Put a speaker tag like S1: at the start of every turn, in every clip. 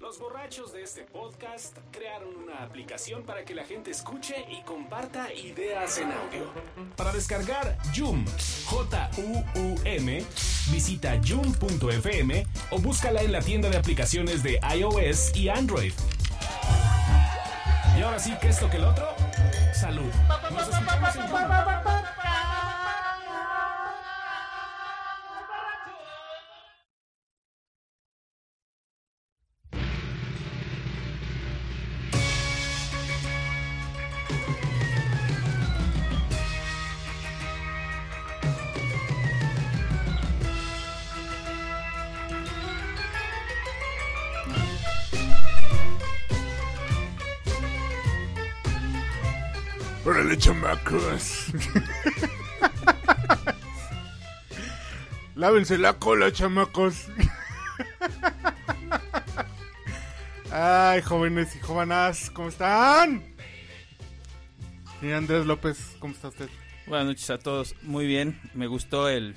S1: Los borrachos de este podcast crearon una aplicación para que la gente escuche y comparta ideas en audio. Para descargar Joom, J-U-U-M, visita joom.fm o búscala en la tienda de aplicaciones de iOS y Android. Y ahora sí que esto que el otro, salud. Nos escuchamos en Joom.
S2: ¡Órale, chamacos! Lávense la cola, chamacos. Ay, jóvenes y jóvenes, ¿cómo están? Y Andrés López, ¿cómo está usted?
S3: Buenas noches a todos. Muy bien, me gustó el,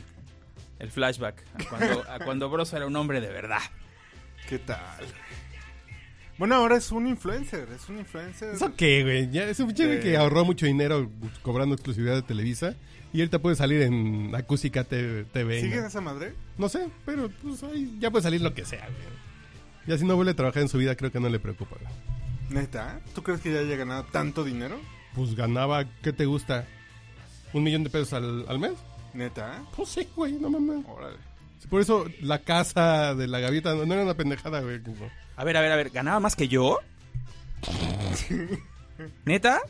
S3: el flashback a cuando, a cuando Broso era un hombre de verdad.
S2: ¿Qué tal? Bueno, ahora es un influencer, es un influencer.
S4: ¿Eso qué, güey? Ya, es un pinche güey que ahorró mucho dinero cobrando exclusividad de Televisa y ahorita puede salir en Acústica T- TV. ¿no?
S2: ¿Sigues esa madre?
S4: No sé, pero pues ahí ya puede salir lo que sea, güey. Ya si no vuelve a trabajar en su vida, creo que no le preocupa, güey.
S2: ¿Neta? ¿Tú crees que ya haya ganado tanto dinero?
S4: Pues ganaba, ¿qué te gusta? ¿Un millón de pesos al, al mes?
S2: ¿Neta?
S4: Pues sí, güey, no mames.
S2: Órale.
S4: Por eso la casa de la gavita no, no era una pendejada, güey. como-
S3: A ver, a ver, a ver, ¿ganaba más que yo? ¿Neta?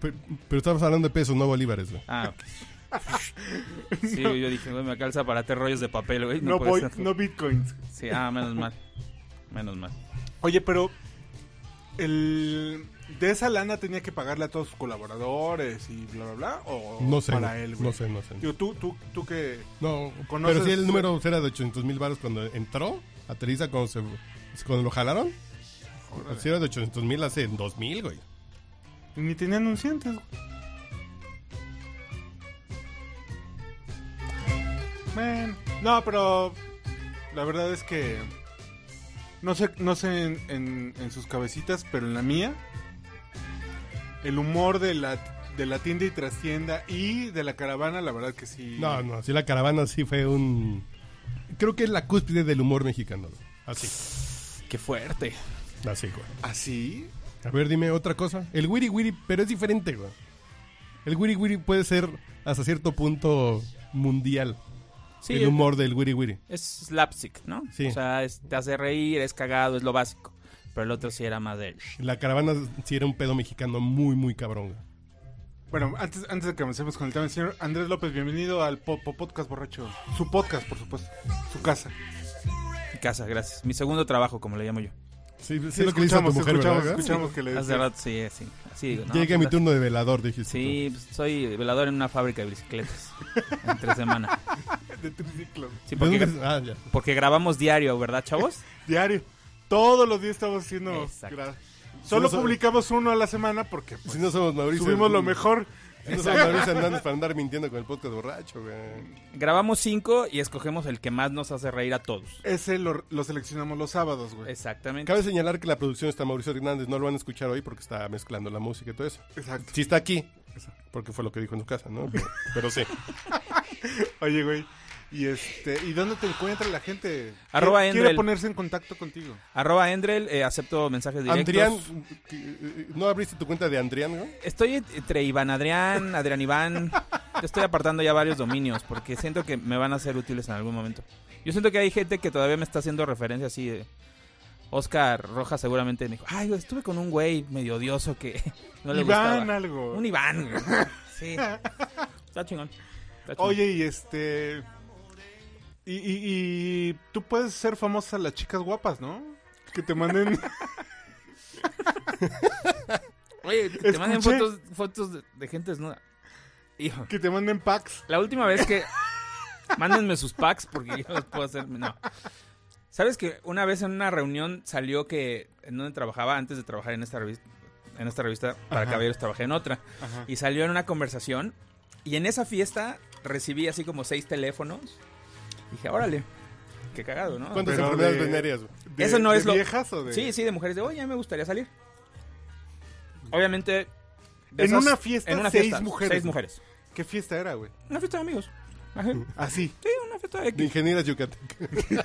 S4: Pero, pero estabas hablando de pesos, no bolívares, güey.
S3: Ah, ok. Sí, yo dije, güey, me calza para hacer rollos de papel, güey. No,
S2: No,
S3: puede
S2: voy,
S3: ser.
S2: no bitcoins.
S3: Sí, ah, menos mal. Menos mal.
S2: Oye, pero el de esa lana tenía que pagarle a todos sus colaboradores y bla bla bla o
S4: No sé,
S2: para
S4: güey.
S2: él, güey.
S4: No sé, no sé.
S2: Digo, tú tú tú que
S4: No,
S2: ¿Conoces-
S4: pero sí el número era de 800 mil baros cuando entró a Televisa, cuando, se, cuando lo jalaron. Si era de 800 mil hace 2 mil, güey.
S2: ni tenía anunciantes. Man. No, pero la verdad es que no sé no sé en, en- en sus cabecitas, pero en la mía el humor de la de la tienda y trastienda y de la caravana, la verdad que sí.
S4: No, no, sí, la caravana sí fue un. Creo que es la cúspide del humor mexicano. güey. Así,
S3: Qué fuerte.
S4: así, güey.
S2: ¿Ah, ¿Así?
S4: A ver, dime otra cosa. El wiri wiri, pero es diferente, güey. El wiri wiri puede ser hasta cierto punto mundial.
S3: Sí,
S4: el humor del wiri wiri.
S3: es slapstick, ¿no?
S4: Sí.
S3: O sea, es- te hace reír, es cagado, es lo básico. Pero el otro sí era más de...
S4: La caravana sí era un pedo mexicano muy, muy cabrón, güey.
S2: Bueno, antes, antes de que comencemos con el tema, señor Andrés López, bienvenido al po- po- Podcast Borracho. Su podcast, por supuesto. Su casa.
S3: Mi casa, gracias. Mi segundo trabajo, como le llamo yo.
S4: Sí, sí, lo que le hizo a tu mujer,
S2: escuchamos,
S4: ¿verdad?
S2: escuchamos que le
S3: Hace
S2: decía.
S3: rato, sí, eh, sí. Así digo. no,
S4: Llegué a mi
S3: puta.
S4: turno de velador, dijiste.
S3: Sí, pues, soy velador en una fábrica de bicicletas. entre semana.
S2: de triciclo.
S3: Sí,
S4: tú.
S3: porque,
S4: ¿De dónde- Ah, ya.
S3: porque grabamos diario, ¿verdad, chavos?
S2: Diario. Todos los días estamos haciendo.
S3: Exacto.
S2: gra- Solo
S4: Si no so-
S2: publicamos uno a la semana porque pues,
S4: Si no somos Mauricio.
S2: subimos lo mejor.
S4: Si no somos Mauricio Hernández para andar mintiendo con el podcast borracho, güey.
S3: Grabamos cinco y escogemos el que más nos hace reír a todos.
S2: Ese lo, lo seleccionamos los sábados, güey.
S3: Exactamente.
S4: Cabe señalar que la producción está Mauricio Hernández. No lo van a escuchar hoy porque está mezclando la música y todo eso.
S2: Exacto.
S4: Sí está aquí. Porque fue lo que dijo en su casa, ¿no? Pero, pero sí.
S2: Oye, güey. Y este, ¿y dónde te encuentra la gente?
S3: Arroba
S2: Quiere- Quiere
S3: Endrel.
S2: ponerse en contacto contigo.
S3: Arroba Endrel, eh, acepto mensajes directos.
S4: Andrián, eh, ¿no abriste tu cuenta de Andrián, güey?
S3: Estoy entre Iván Adrián, Adrián Iván. Yo estoy apartando ya varios dominios porque siento que me van a ser útiles en algún momento. Yo siento que hay gente que todavía me está haciendo referencia así de. Oscar Rojas seguramente me dijo, ay, güey, estuve con un güey medio odioso que no le
S2: Iván
S3: gustaba.
S2: algo.
S3: Un Iván. güey. Sí. Está chingón. Está chingón.
S2: Oye, y este. Y, y- y tú puedes ser famosa las chicas guapas, ¿no? Que te manden.
S3: Oye, que te mandan
S2: escuché.
S3: fotos, fotos de, de gente desnuda. Hijo,
S2: que te manden packs.
S3: la última vez que... Mándenme sus packs porque yo los puedo hacer... No. ¿Sabes que una vez en una reunión salió que... En donde trabajaba, antes de trabajar en esta revista... En esta revista, para caballeros, trabajé en otra.
S2: Ajá.
S3: Y salió en una conversación. Y en esa fiesta recibí así como seis teléfonos. Dije, órale, qué cagado, ¿no?
S4: ¿Cuántas
S2: pero
S3: Ah.
S4: enfermedades
S2: de-
S4: venéreas, güey?
S2: ¿De-
S3: eso no
S2: de
S3: es lo.
S2: viejas o de-
S3: Sí, sí, de mujeres. De, oye, a mí me gustaría salir. Obviamente. de
S2: En una fiesta, seis mujeres.
S3: Seis mujeres.
S2: ¿Qué fiesta era, güey? Ah,
S3: Una fiesta de amigos. Ajá.
S2: Así.
S3: Sí, una fiesta de
S4: De
S3: X.
S4: ingenieras yucatecas.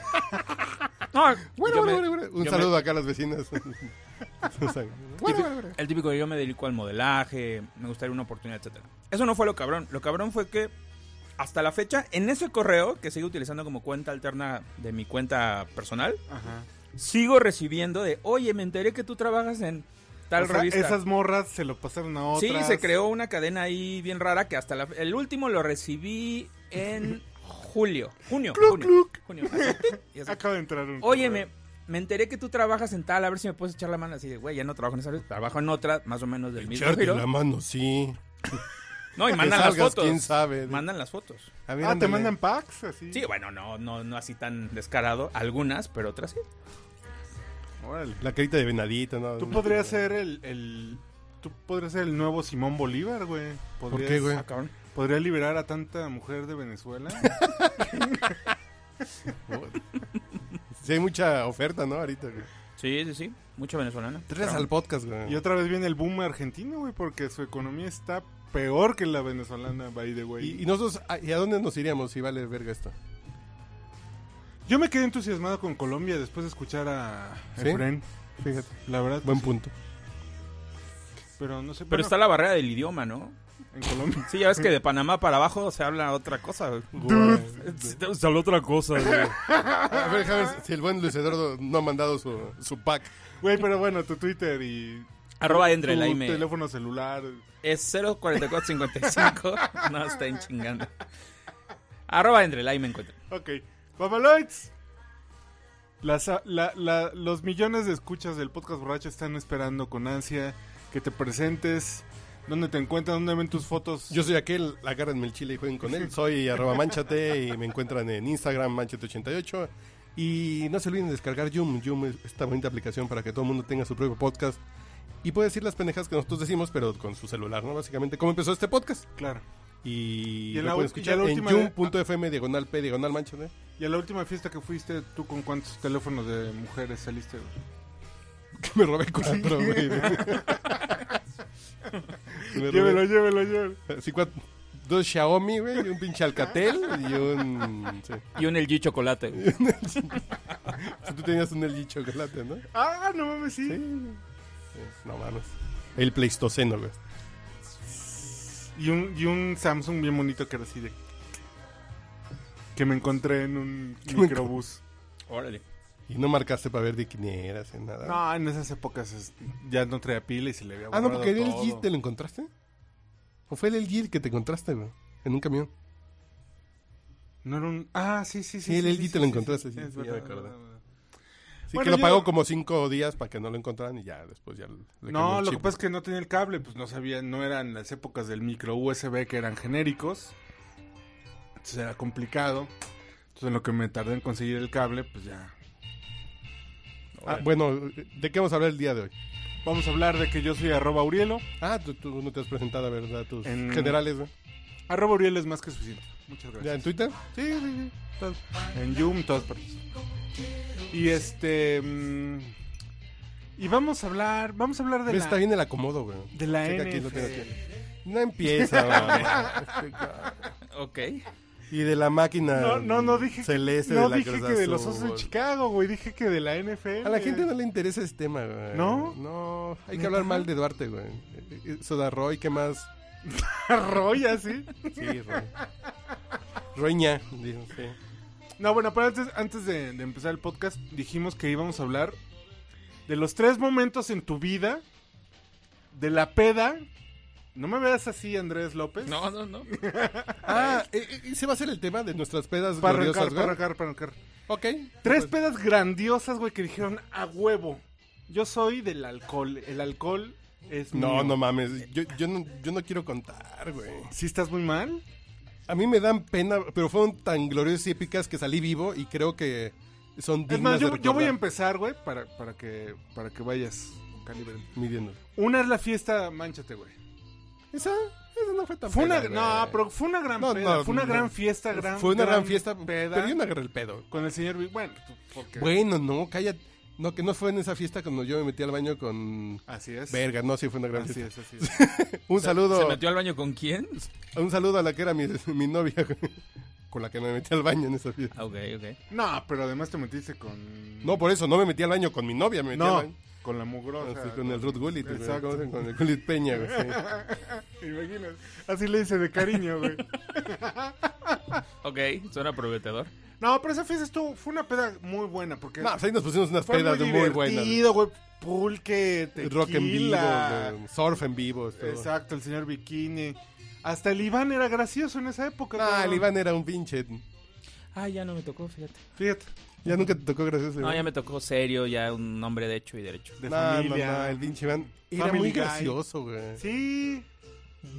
S3: No,
S4: Bueno,
S3: yo
S4: bueno,
S3: me-
S4: bueno, bueno. Un
S3: yo
S4: saludo acá a las vecinas. bueno, bueno, bueno.
S3: El típico yo me dedico al modelaje, me gustaría una oportunidad, etcétera. Eso no fue lo cabrón. Lo cabrón fue que hasta la fecha, en ese correo que sigo utilizando como cuenta alterna de mi cuenta personal,
S2: Ajá.
S3: sigo recibiendo de, oye, me enteré que tú trabajas en tal
S2: O sea,
S3: revista.
S2: esas morras se lo pasaron a otras.
S3: sí, se creó una cadena ahí bien rara que hasta la- el último lo recibí en julio, junio, junio, junio. Así, tic, y así.
S2: Acaba de entrar un.
S3: Oye, me,
S2: correo.
S3: me enteré que tú trabajas en tal, a ver si me puedes echar la mano así de, güey, ya no trabajo en esa, revista, trabajo en otra, más o menos del mismo
S4: Echarte
S3: giro.
S4: la mano, sí.
S3: No, y
S4: Que
S3: mandan las
S4: salgas,
S3: fotos.
S4: ¿Quién sabe?
S3: Mandan las fotos.
S4: A ver,
S2: Ah, ¿te
S4: ándale.
S2: mandan packs? Así.
S3: Sí, bueno, no, no, no así tan descarado. Algunas, pero otras sí.
S2: Órale.
S4: La carita de venadito, ¿no?
S2: Tú podrías ser el, el- Tú podrías ser el nuevo Simón Bolívar, güey.
S4: ¿Por
S2: Podrías-
S4: qué, güey?
S3: Ah, cabrón.
S2: Podría liberar a tanta mujer de Venezuela.
S4: Sí, hay mucha oferta, ¿no? Ahorita, güey.
S3: Sí, sí, sí. Mucho venezolano.
S4: Tres al podcast, güey.
S2: y otra vez viene el boom argentino, güey, porque su economía está peor que la venezolana, by the way.
S4: Y, y nosotros, ¿a- ¿y a dónde nos iríamos si vale verga esto?
S2: Yo me quedé entusiasmado con Colombia después de escuchar a
S4: ¿Sí?
S2: Efren,
S4: Fíjate.
S2: la verdad.
S4: Buen punto.
S2: Pero no sé,
S3: Pero está
S2: bueno,
S3: la barrera del idioma, ¿no?
S2: en Colombia.
S3: Sí, ya ves que de Panamá para abajo se habla otra cosa. güey. Se habla otra cosa. güey.
S4: A ver, déjame ver si el buen Luis Eduardo no ha mandado su, su pack.
S2: Güey, pero bueno, tu Twitter y
S3: Arroba entre
S2: tu
S3: la E. IME.
S2: teléfono celular.
S3: Es 04455. no, están chingando. Arroba entre la IME encuentran.
S2: Ok. Papaloids. Las, ah, la- la- los millones de escuchas del podcast borracho están esperando con ansia que te presentes, dónde te encuentran, dónde ven tus fotos.
S4: Yo soy aquel, agárrenme el chile y jueguen con él. Soy arroba manchate y me encuentran en Instagram manchate88. Y no se olviden de descargar Yum. Yum es esta bonita aplicación para que todo el mundo tenga su propio podcast. Y puede decir las pendejas que nosotros decimos, pero con su celular, ¿no? Básicamente, ¿cómo empezó este podcast?
S2: claro.
S4: Y,
S2: Y en
S4: lo
S2: la
S4: pueden
S2: ul- y
S4: escuchar
S2: ya la
S4: en
S2: última de- Ah.
S4: yum.fm diagonal p diagonal manchate.
S2: Y a la última fiesta que fuiste, ¿tú con cuántos teléfonos de mujeres saliste? güey?
S4: Que me robé cuatro, güey. Me robé-
S2: Llévelo, llévelo, llévelo.
S4: Así cuat- Dos Xiaomi, güey, y un pinche Alcatel y un... sí.
S3: Y un LG chocolate. güey.
S4: Si Tú tenías un LG chocolate, ¿no?
S2: Ah, no mames, sí.
S4: Es- No mames. El Pleistoceno, güey.
S2: Y, un, y un Samsung bien bonito que era así de... Que me encontré en un
S4: Que me
S2: microbús.
S3: Órale.
S4: Y no marcaste para ver de quién eras, en nada.
S2: No, en esas épocas es- ya no traía pila y se le había
S4: ah, no, porque el
S2: borrado
S4: LG
S2: todo.
S4: te lo encontraste. ¿O fue el LG el que te encontraste, güey? En un camión.
S2: No era un... Ah, sí, sí, sí.
S4: Sí, el LG te lo encontraste, sí,
S2: es
S4: sí, ya
S2: verdad,
S4: me acordé.
S2: verdad, verdad.
S4: Sí,
S2: Bueno,
S4: que lo
S2: yo-
S4: pagó como cinco días para que no lo encontraran y ya después ya le cambió
S2: No,
S4: el
S2: lo que
S4: chip.
S2: pasa es que no tenía el cable, pues no sabía, no eran las épocas del micro USB que eran genéricos. Entonces era complicado. Entonces en lo que me tardé en conseguir el cable, pues ya.
S4: Ah, bueno, ¿de qué vamos a hablar el día de hoy?
S2: Vamos a hablar de que yo soy arroba Urielo.
S4: Ah, tú, tú no te has presentado, ¿verdad? Tus
S2: En-
S4: generales, güey.
S2: Arroba Urielo es más que suficiente. Muchas
S4: ¿Ya en
S2: gracias.
S4: Twitter?
S2: Sí, sí, sí. Todas- en Zoom, todas partes. Y este... mm, y vamos a hablar, vamos a hablar de
S4: ¿Ves?
S2: la...
S4: Está bien el acomodo, güey.
S2: De la
S4: Checa aquí, lo
S2: NFL.
S4: tengo aquí. No empieza, güey.
S3: Ok.
S4: Y de la máquina
S2: No, no, no dije,
S4: celeste
S2: no
S4: este de la
S2: dije
S4: Cruz
S2: que de los
S4: Azul.
S2: Osos de Chicago, güey. Dije que de la NFL.
S4: A la gente no le interesa ese tema, güey.
S2: ¿No?
S4: No, hay que
S2: ¿Neta?
S4: hablar mal de Duarte, güey. Soda Roy, ¿qué más?
S2: arroya, ¿sí?
S4: Sí, Roy. Roña, digo, sí.
S2: No, bueno, pero antes, antes de, de empezar el podcast, dijimos que íbamos a hablar de los tres momentos en tu vida de la peda. No me veas así, Andrés López.
S3: No, no, no.
S4: Ah, eh, eh, ese va a ser el tema de nuestras pedas
S2: Para arrancar, para
S4: gloriosas, güey.
S2: arrancar, para arrancar.
S4: Ok. Pues,
S2: Tres pedas grandiosas, güey, que dijeron a huevo. Yo soy del alcohol. El alcohol es.
S4: No,
S2: mío".
S4: no mames. Yo, yo, no, yo no quiero contar, güey.
S2: ¿Sí estás muy mal?
S4: A mí me dan pena, pero fueron tan gloriosas y épicas que salí vivo y creo que son dignas
S2: Es más, yo,
S4: de
S2: yo voy a
S4: recordar.
S2: empezar, güey, para, para, que, para que vayas calibrando.
S4: Midiendo.
S2: Una es la fiesta, manchate, güey.
S4: Esa, esa no fue tan
S2: Fue una, no,
S4: pena, güey.
S2: pero fue una gran
S4: No,
S2: peda,
S4: no,
S2: fue una
S4: no.
S2: gran fiesta, gran
S4: Fue una gran,
S2: gran
S4: fiesta,
S2: peda
S4: pero yo no agarré el pedo.
S2: con el señor Big. Bueno, tú, porque
S4: Bueno, no, cállate. No, que no fue en esa fiesta cuando yo me metí al baño con...
S2: Así es.
S4: Verga, no, sí fue una gran
S2: Así
S4: fiesta.
S2: es, así es.
S4: Un saludo.
S3: ¿Se metió al baño con quién?
S4: Un saludo a la que era mi, mi novia, con la que me metí al baño en esa fiesta.
S3: Ah, Ok, ok.
S2: No, pero además te metiste con.
S4: No, por eso no me metí al baño con mi novia, me metí al
S2: no
S4: baño.
S2: con la mugrosa.
S4: Así, con el Ruth Gullit, güey,
S2: Exacto.
S4: ¿cómo se- con el Gullit Peña, güey, sí.
S2: Imaginas. Así le hice de cariño, güey.
S3: Ok, suena prometedor.
S2: No, pero esa fiesta estuvo, fue una peda muy buena porque
S4: No, pues ahí nos pusimos unas
S2: fue
S4: pedas
S2: muy
S4: de muy buenas.
S2: divertido, güey. Pulque, tequila.
S4: Rock en vivo, güey, surf en vivo. todo.
S2: Exacto, el señor Bikini. Hasta el Iván era gracioso en esa época.
S4: Ah,
S2: cabrón.
S4: el Iván era un pinche.
S3: Ah, ya no me tocó, fíjate.
S2: Fíjate,
S4: Ya nunca te tocó gracias.
S3: No, ya me tocó serio, ya un hombre de hecho y derecho.
S2: de
S4: no,
S2: familia.
S4: no, no, el pinche Iván era
S2: Family
S4: muy
S2: Guy.
S4: gracioso, güey.
S2: Sí.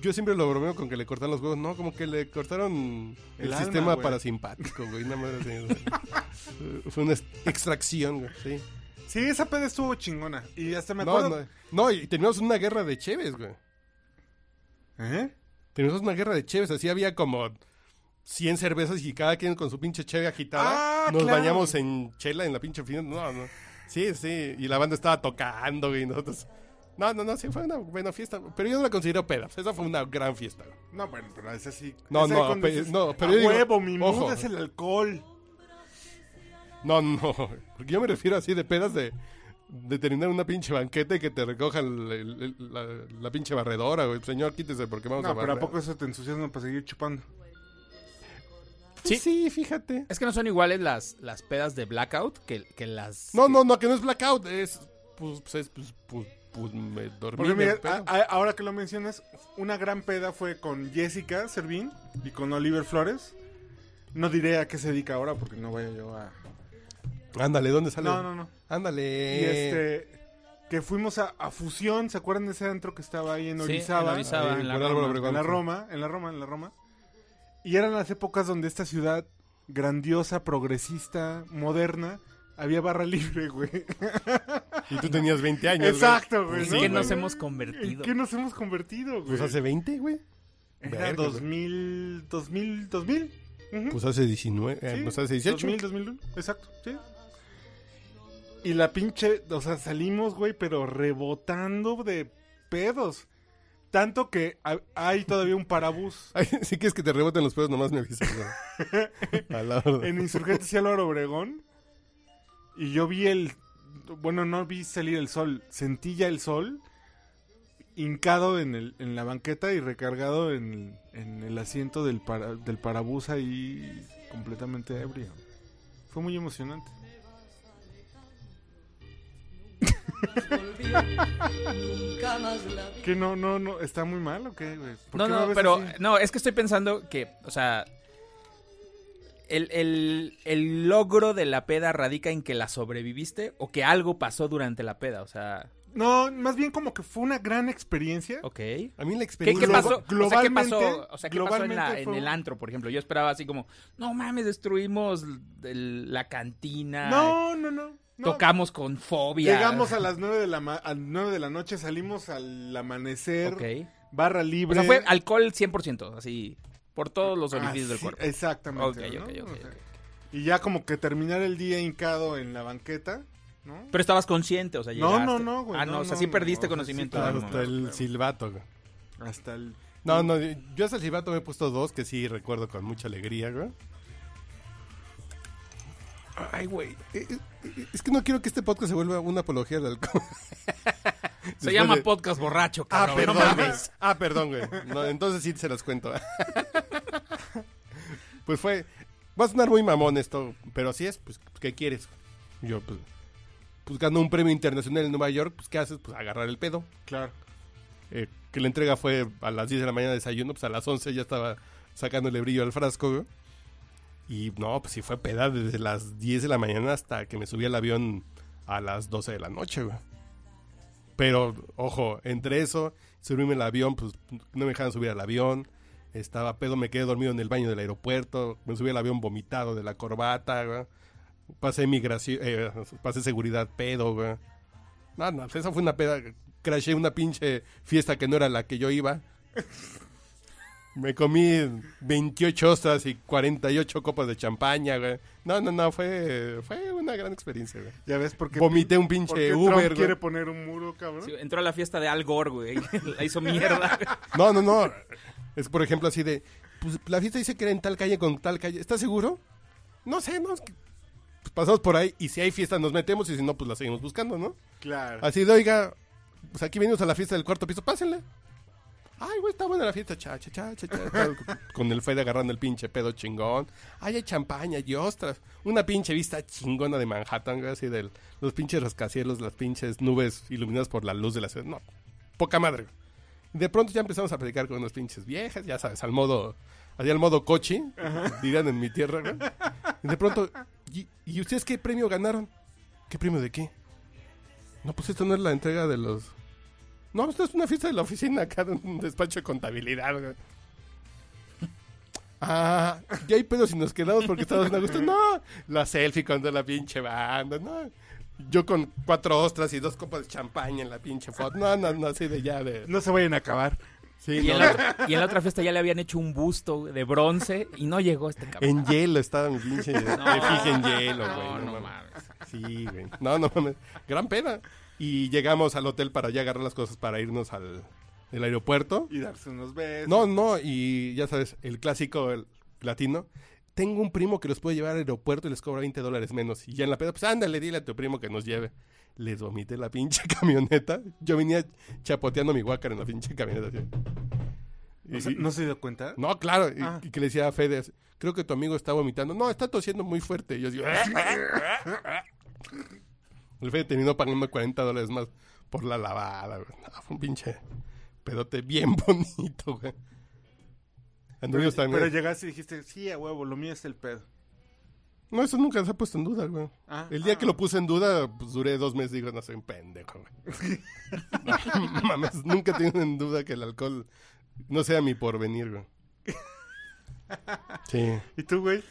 S4: Yo siempre lo bromeo con que le cortaron los huevos. No, como que le cortaron
S2: El
S4: el,
S2: alma,
S4: sistema
S2: güey.
S4: parasimpático, güey. Nada más así, güey. Eh, Fue una est- extracción, güey. Sí.
S2: Sí, esa peda estuvo chingona. Y hasta me
S4: No,
S2: acuerdo.
S4: no, no, y terminamos una guerra de Cheves, güey.
S2: ¿Eh?
S4: Terminamos una guerra de Cheves. Así había como 100 cervezas y cada quien con su pinche Cheve agitada.
S2: Ah,
S4: Nos
S2: claro.
S4: bañamos en chela en la pinche fiesta. No, no. Sí, sí. Y la banda estaba tocando, güey. y Nosotros. No, no, no. Sí, fue una buena fiesta. Pero yo no la considero peda. Esa fue una gran fiesta, güey.
S2: No, bueno, pero esa sí.
S4: No,
S2: esa
S4: no,
S2: cuando
S4: pe- no, pero
S2: "A
S4: yo digo,
S2: huevo, mi
S4: ojo".
S2: mood es el alcohol.
S4: No, no, porque yo me refiero así de pedas de, de terminar una pinche banqueta y que te recoja el- el- el- la, la pinche barredora, güey. Señor, quítese porque vamos a
S2: No, pero ¿a
S4: barrer.
S2: poco eso te entusiasma para seguir chupando?
S4: Sí, sí, fíjate.
S3: Es que no son iguales las, las pedas de blackout que, que las...
S4: No, no, no, que no es blackout, es, pues, pues, es, pues, pues, pues, me dormí.
S2: Porque
S4: me
S2: mira,
S4: pedo.
S2: a- a- ahora que lo mencionas, una gran peda fue con Jessica Servín y con Oliver Flores. No diré a qué se dedica ahora porque no vaya yo a...
S4: Ándale, ¿dónde sale?
S2: No, no, no.
S4: Ándale.
S2: Y este... Que fuimos a, a Fusión, ¿se acuerdan de ese antro que estaba ahí en
S3: Sí,
S2: Orizaba? Eh,
S3: en Orizaba,
S4: Ahí,
S3: en la
S4: por Álvaro
S3: Roma.
S4: Obregón.
S2: En la Roma, en la Roma, en la Roma. Y eran las épocas donde esta ciudad grandiosa, progresista, moderna, había barra libre, güey.
S4: Y tú tenías 20 años, güey.
S2: Exacto, güey.
S3: ¿En
S4: Sí,
S2: ¿no?
S3: qué
S4: güey.
S3: nos hemos
S2: ¿En
S3: convertido?
S2: qué nos hemos convertido, güey?
S4: Pues hace 20, güey.
S2: Era
S4: Verga,
S2: 2000, 2000, 2000. Ujú.
S4: Pues hace 19, eh,
S2: Sí,
S4: pues hace 18.
S2: 2000, 2001, exacto, sí. Y la pinche, o sea, salimos, güey, pero rebotando de pedos. Tanto que ha- hay todavía un parabús.
S4: Ay, si quieres que te reboten los pedos, nomás me avisas. güey. A la orden.
S2: En Insurgentes y Álvaro Obregón. Y yo vi el. Bueno, no vi salir el sol. Sentí ya el sol. Hincado en, el, en la banqueta y recargado en, en el asiento del, para- del parabús ahí completamente ebrio. Fue muy emocionante.
S5: Nunca más la
S2: Que no, no, no, está muy mal o qué, güey? ¿Por
S3: No,
S2: qué me
S3: no,
S2: ves
S3: pero
S2: así?
S3: no, es que estoy pensando que, o sea, el, el- el logro de la peda radica en que la sobreviviste o que algo pasó durante la peda, o sea,
S2: No, más bien como que fue una gran experiencia.
S3: ok.
S4: A mí la
S3: ¿Qué,
S4: experiencia.
S3: qué pasó? O sea, ¿qué
S2: globalmente-
S3: pasó, o sea, ¿qué pasó en, la-
S2: globalmente
S3: en
S2: fue-
S3: el antro, por ejemplo? Yo esperaba así como, no mames, destruimos el- la cantina,
S2: No, no, no. no.
S3: tocamos con fobia.
S2: Llegamos a las 9 de la, ma- a 9 de la noche, salimos al amanecer,
S3: Ok.
S2: barra
S3: O
S2: libre.
S3: sea, fue alcohol 100%, así, por todos los orificios del
S2: Así-
S3: cuerpo.
S2: Ah, Exactamente.
S3: Ok,
S2: ¿no?
S3: ok, ok,
S2: O sea,
S3: ok.
S2: Y ya como que terminar el día hincado en la banqueta, ¿no?
S3: Pero estabas consciente, o sea,
S2: No,
S3: llegaste.
S2: no, no, güey,
S3: Ah,
S2: no,
S3: no, o sea,
S2: no,
S3: sí
S2: no,
S3: perdiste
S2: o sea, sí,
S3: conocimiento.
S2: claro,
S3: del
S4: Hasta
S3: momento.
S4: el silbato. güey.
S2: Hasta el...
S4: No, no, yo hasta el silbato me he puesto dos que sí recuerdo con mucha alegría, güey. Ay, güey. eh, eh, eh, Es que no quiero que este podcast se vuelva una apología del alcohol.
S3: Se
S4: Después
S3: llama
S4: de-
S3: podcast borracho,
S4: Ah,
S3: cabrón.
S4: perdón,
S3: no
S4: güey.
S3: mames.
S4: Ah, perdón, güey. No, entonces sí se las cuento. pues fue. Va a sonar muy mamón esto, pero así es, pues, ¿qué quieres? Yo, pues. Pues ganó un premio internacional en Nueva York, pues, ¿qué haces? Pues agarrar el pedo.
S2: Claro.
S4: Eh, que la entrega fue a las 10 de la mañana de desayuno, pues a las 11 ya estaba sacándole brillo al frasco, güey. Y no, pues sí fue peda desde las 10 de la mañana hasta que me subí al avión a las 12 de la noche, güey. Pero, ojo, entre eso, subirme al avión, pues no me dejaban subir al avión. Estaba pedo, me quedé dormido en el baño del aeropuerto. Me subí al avión vomitado de la corbata, güey. Pasé migración, eh, pasé seguridad pedo, güey. No, no, pues esa fue una peda. Crashé una pinche fiesta que no era la que yo iba. Me comí 28 ostras y 48 copas de champaña, güey. No, no, no, fue, fue una gran experiencia, güey.
S2: Ya ves porque
S4: Vomité un pinche Uber, güey.
S2: quiere poner un muro, cabrón.
S3: Sí, entró a la fiesta de Al Gore, güey. La hizo mierda.
S4: No, no, no. Es por ejemplo así de, pues la fiesta dice que era en tal calle con tal calle. ¿Estás seguro? No sé, no. es que- Pues pasamos por ahí y si hay fiesta nos metemos y si no, pues la seguimos buscando, ¿no?
S2: Claro.
S4: Así de, oiga, pues aquí venimos a la fiesta del cuarto piso, pásenle. Ay, güey, está buena la fiesta, cha, cha, cha, cha, cha, cha. Con el Fede agarrando el pinche pedo chingón. Ay, hay champaña y ostras. Una pinche vista chingona de Manhattan, güey, así de los pinches rascacielos, las pinches nubes iluminadas por la luz de la ciudad. No, poca madre. De pronto ya empezamos a platicar con unas pinches viejas, ya sabes, al modo, allá al modo cochi, dirían en mi tierra, güey. Y de pronto, ¿y, ¿y ustedes qué premio ganaron? ¿Qué premio de qué? No, pues esto no es la entrega de los. No, esto es una fiesta de la oficina acá de un despacho de contabilidad, güey. Ah, ya hay pedo si nos quedamos porque estamos en Augusto. No, la selfie con toda la pinche banda, no. Yo con cuatro ostras y dos copas de champaña en la pinche foto. No, no, no, así de ya de.
S2: No se vayan a acabar.
S4: Sí,
S3: Y
S4: no,
S3: en, la otra, y en la otra fiesta ya le habían hecho un busto de bronce y no llegó este cabrón.
S4: En hielo estaba mi pinche. Me fijé en hielo, güey.
S3: No, no
S4: mames.
S3: mames.
S4: Sí, güey. No, no mames. Gran pena. Y llegamos al hotel para ya agarrar las cosas para irnos al del aeropuerto.
S2: Y darse unos besos.
S4: No, no, y ya sabes, el clásico el latino. Tengo un primo que los puede llevar al aeropuerto y les cobra 20 dólares menos. Y ya en la peda, pues ándale, dile a tu primo que nos lleve. Les vomité la pinche camioneta. Yo venía chapoteando mi guácar en la pinche camioneta. así.
S2: O sea,
S4: Y-
S2: ¿No se dio cuenta?
S4: no, claro. y-
S2: Ah.
S4: Y, que le decía a Fede, así, creo que tu amigo está vomitando. No, está tosiendo muy fuerte. Y yo "Ah, digo, ah". el Fede terminó pagando 40 dólares más por la lavada. güey. No, fue un pinche pedote bien bonito, güey. Anduvimos también.
S2: Pero llegaste y dijiste, sí, a huevo, lo mío es el pedo.
S4: No, eso nunca se ha puesto en duda, güey.
S2: Ah,
S4: el día
S2: ah.
S4: que lo puse en duda, pues duré dos meses y digo, no soy un pendejo, güey. No, mames, nunca tienen en duda que el alcohol no sea mi porvenir, güey. Sí.
S2: ¿Y tú, güey?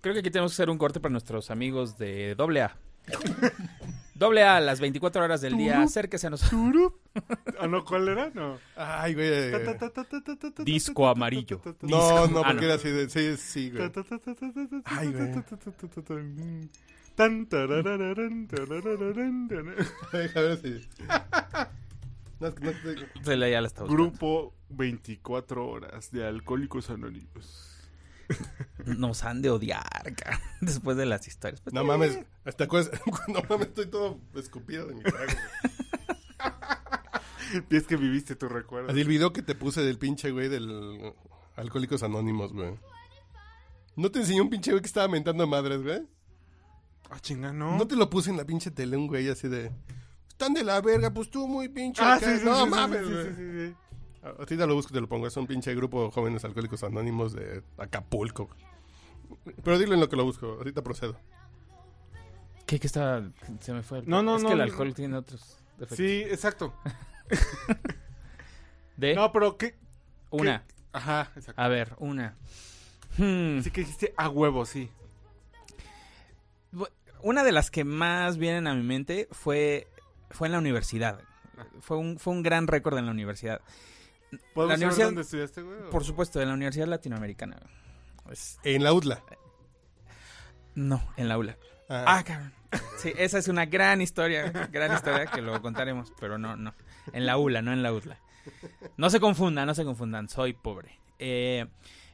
S3: Creo que aquí tenemos que hacer un corte para nuestros amigos de doble A. Doble A, las 24 horas del día, acérquese a nosotros.
S2: ¿Ah, no? ¿Cuál era? No.
S4: Ay, güey.
S3: Disco amarillo.
S4: No, no,
S3: Ah, no.
S4: porque era así de. Sí, sí, güey.
S2: Ay, güey. Tan, tarararán, tarararán, tarararán.
S4: Deja ver si. No, es que no te-
S3: Se le ya la está buscando.
S2: Grupo 24 horas de Alcohólicos Anónimos.
S3: Nos han de odiar, cara, después de las historias. Pues,
S4: no mames. ¿Te acuerdas? No mames, estoy todo escupido de mi trago. güey.
S2: Es que viviste tu recuerdo.
S4: Así el video que te puse del pinche güey del Alcohólicos Anónimos, güey. ¿No te enseñó un pinche güey que estaba mentando madres, güey?
S2: Ah, chinga, no.
S4: ¿No te lo puse en la pinche tele un güey así de... Están de la verga, pues tú muy pinche...
S2: Ah,
S4: acá".
S2: sí, sí,
S4: no
S2: sí, sí,
S4: mames,
S2: sí,
S4: güey.
S2: sí, sí, sí.
S4: Ahorita lo busco y te lo pongo. Es un pinche grupo de jóvenes alcohólicos anónimos de Acapulco. Pero dilo en lo que lo busco. Ahorita procedo.
S3: ¿Qué, qué está? Se me fue. el-
S2: No, no,
S3: es
S2: no,
S3: que el
S2: no.
S3: alcohol tiene otros defectos.
S2: Sí, exacto.
S3: De
S2: No, pero ¿qué?
S3: una.
S2: ¿qué? Ajá, exacto.
S3: A ver, una. Hmm.
S2: Así que dijiste a huevo, sí.
S3: Bu- Una de las que más vienen a mi mente fue, fue en la universidad. Fue un, fue un gran récord en la universidad.
S2: ¿Podemos saber
S3: universidad-
S2: dónde estudiaste, güey? o-
S3: Por supuesto, en la Universidad Latinoamericana. Pues,
S4: En la UDLA.
S3: no, en la aula.
S4: Ah,
S3: Ah, cabrón. Sí, esa es una gran historia, gran historia que luego contaremos, pero no, no. En la ULA, no en la UDLA. No se confundan, no se confundan, soy pobre. Eh,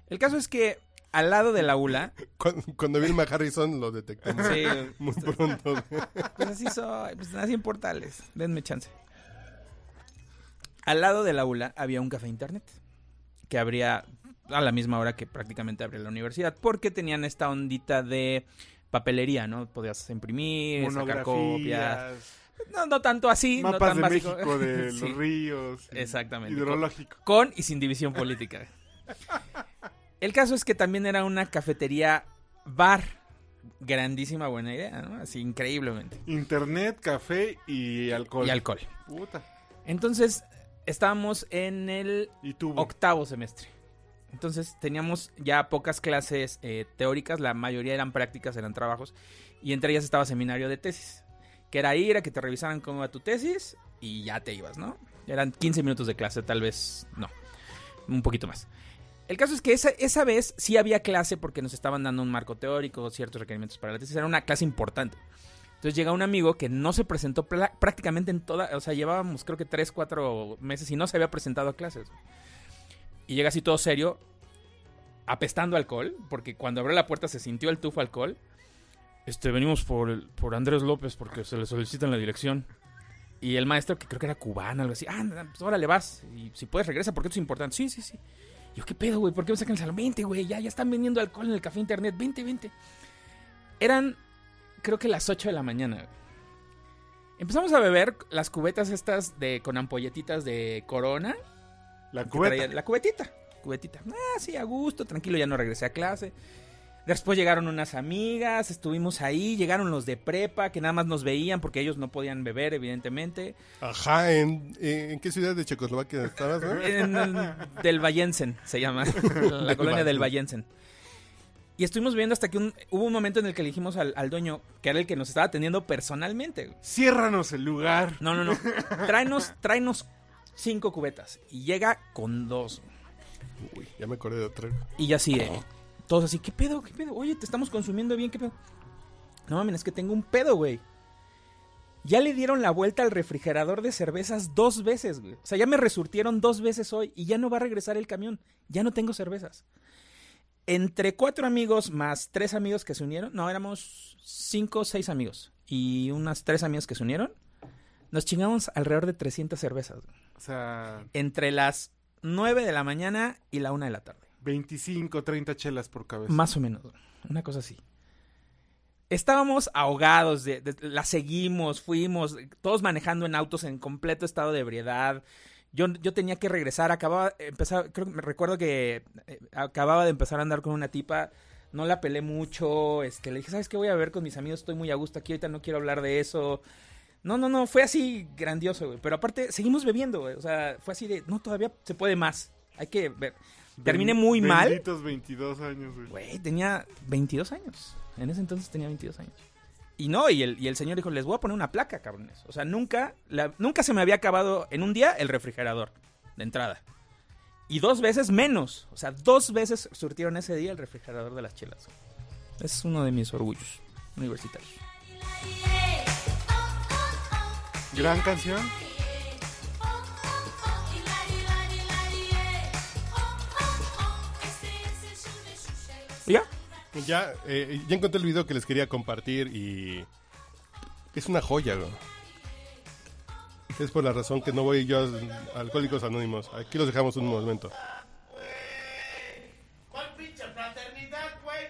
S3: el caso es que al lado de la ULA,
S4: cuando, cuando Vilma Harrison lo detectamos
S3: sí,
S4: muy pronto. güey.
S3: pues así soy, pues nací en Portales, denme chance. Al lado de la ULA había un café internet que abría a la misma hora que prácticamente abría la universidad, porque tenían esta ondita de papelería, ¿no? Podías imprimir, sacar copias.
S2: Monografías,
S3: No, no tanto así. no
S2: mapas
S3: tan
S2: de
S3: básico.
S2: México, de
S3: Sí,
S2: los ríos. y-
S3: Exactamente.
S2: Hidrológico.
S3: Con y sin división política. El caso es que también era una cafetería bar. Grandísima buena idea, ¿no? Así increíblemente.
S2: Internet, café y alcohol.
S3: Y alcohol.
S2: Puta.
S3: Entonces, estábamos en el
S2: Y tubo.
S3: octavo semestre. Entonces teníamos ya pocas clases eh, teóricas, la mayoría eran prácticas, eran trabajos, y entre ellas estaba seminario de tesis, que era ir a que te revisaran cómo iba tu tesis y ya te ibas, ¿no? Eran 15 minutos de clase, tal vez no, un poquito más. El caso es que esa, esa vez sí había clase porque nos estaban dando un marco teórico, ciertos requerimientos para la tesis. Era una clase importante. Entonces llega un amigo que no se presentó pla- prácticamente en toda, o sea, llevábamos creo que 3, 4 meses y no se había presentado a clases. Y llega así todo serio, apestando alcohol, porque cuando abrió la puerta se sintió el tufo alcohol. Este, venimos por, el- por Andrés López porque se le solicita en la dirección. Y el maestro, que creo que era cubano, algo así, ah, no, pues órale, vas. Y si puedes, regresa porque esto es importante. Sí, sí, sí. Yo, ¿qué pedo, güey? ¿Por qué me sacan el salón? Vente, güey, ya, ya están vendiendo alcohol en el café internet. Vente, vente. Eran, creo que las 8 de la mañana. güey. Empezamos a beber las cubetas estas de con ampolletitas de corona.
S2: La
S3: que traía- la cubetita. Cubetita. Ah, sí, a gusto, tranquilo, ya no regresé a clase. Después llegaron unas amigas, estuvimos ahí, llegaron los de prepa, que nada más nos veían porque ellos no podían beber, evidentemente.
S4: Ajá, ¿en, eh, en qué ciudad de Checoslovaquia estabas, no?
S3: En el- del Vallensen se llama. La colonia del Vallensen. Y estuvimos viendo hasta que un- hubo un momento en el que le dijimos al, al dueño, que era el que nos estaba atendiendo personalmente. güey.
S2: Ciérranos el lugar.
S3: No, no, no. Tráenos, tráenos cinco cubetas. Y llega con dos.
S4: Uy, ya me acordé de otra.
S3: Y ya así, eh, todos así, ¿qué pedo? ¿Qué pedo? Oye, te estamos consumiendo bien, ¿qué pedo? No mames, es que tengo un pedo, güey. Ya le dieron la vuelta al refrigerador de cervezas dos veces, güey. O sea, ya me resurtieron dos veces hoy y ya no va a regresar el camión. Ya no tengo cervezas. Entre cuatro amigos más tres amigos que se unieron, no, éramos cinco o seis amigos y unas tres amigas que se unieron, nos chingamos alrededor de 300 cervezas. güey.
S2: O sea,
S3: Entre las 9 de la mañana y la una de la tarde.
S2: 25, 30 chelas por cabeza.
S3: Más o menos, una cosa así. Estábamos ahogados, de, de- la seguimos, fuimos, todos manejando en autos en completo estado de ebriedad. Yo, yo tenía que regresar, acababa, empezaba, creo que me recuerdo que eh, acababa de empezar a andar con una tipa, no la pelé mucho, este, le dije, ¿sabes qué voy a ver con mis amigos? Estoy muy a gusto aquí, ahorita no quiero hablar de eso. No, no, no, fue así grandioso, güey. Pero aparte, seguimos bebiendo, güey. O sea, fue así de, no, todavía se puede más. Hay que ver. Terminé muy mal.
S2: Benditos 22 años, güey.
S3: Güey, tenía 22 años. En ese entonces tenía 22 años. Y no, y el, y el señor dijo, les voy a poner una placa, cabrones. O sea, nunca, la- nunca se me había acabado en un día el refrigerador de entrada. Y dos veces menos. O sea, dos veces surtieron ese día el refrigerador de las chelas. Es uno de mis orgullos universitarios.
S2: Gran canción.
S3: ¿Y ya?
S4: Ya, eh, ya encontré el video que les quería compartir y es una joya, güey. Es por la razón que no voy yo a Alcohólicos Anónimos. Aquí los dejamos un momento.
S6: ¿Cuál pinche fraternidad, güey?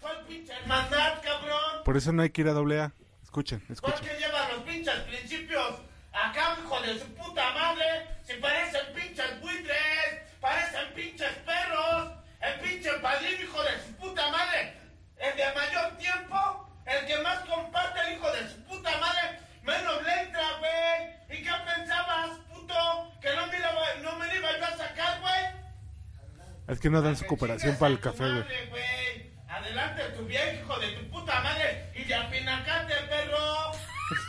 S6: ¿Cuál pinche hermandad, cabrón?
S2: Por eso no hay que ir a doble A. Escuchen,
S6: ¿Cuál
S2: escuchen.
S6: que lleva los pinches principios? Acá, hijo de su puta madre, si parecen pinches buitres, parecen pinches perros. El pinche padrino, hijo de su puta madre, el de mayor tiempo, el que más comparte, el hijo de su puta madre, menos le entra, güey. ¿Y qué pensabas, puto? ¿Que no me, iba- no me lo iba yo a sacar, güey?
S2: Es que no dan su cooperación para el café, güey.
S6: Madre, güey. Adelante tu viejo hijo de tu puta madre y de apinacate, perro.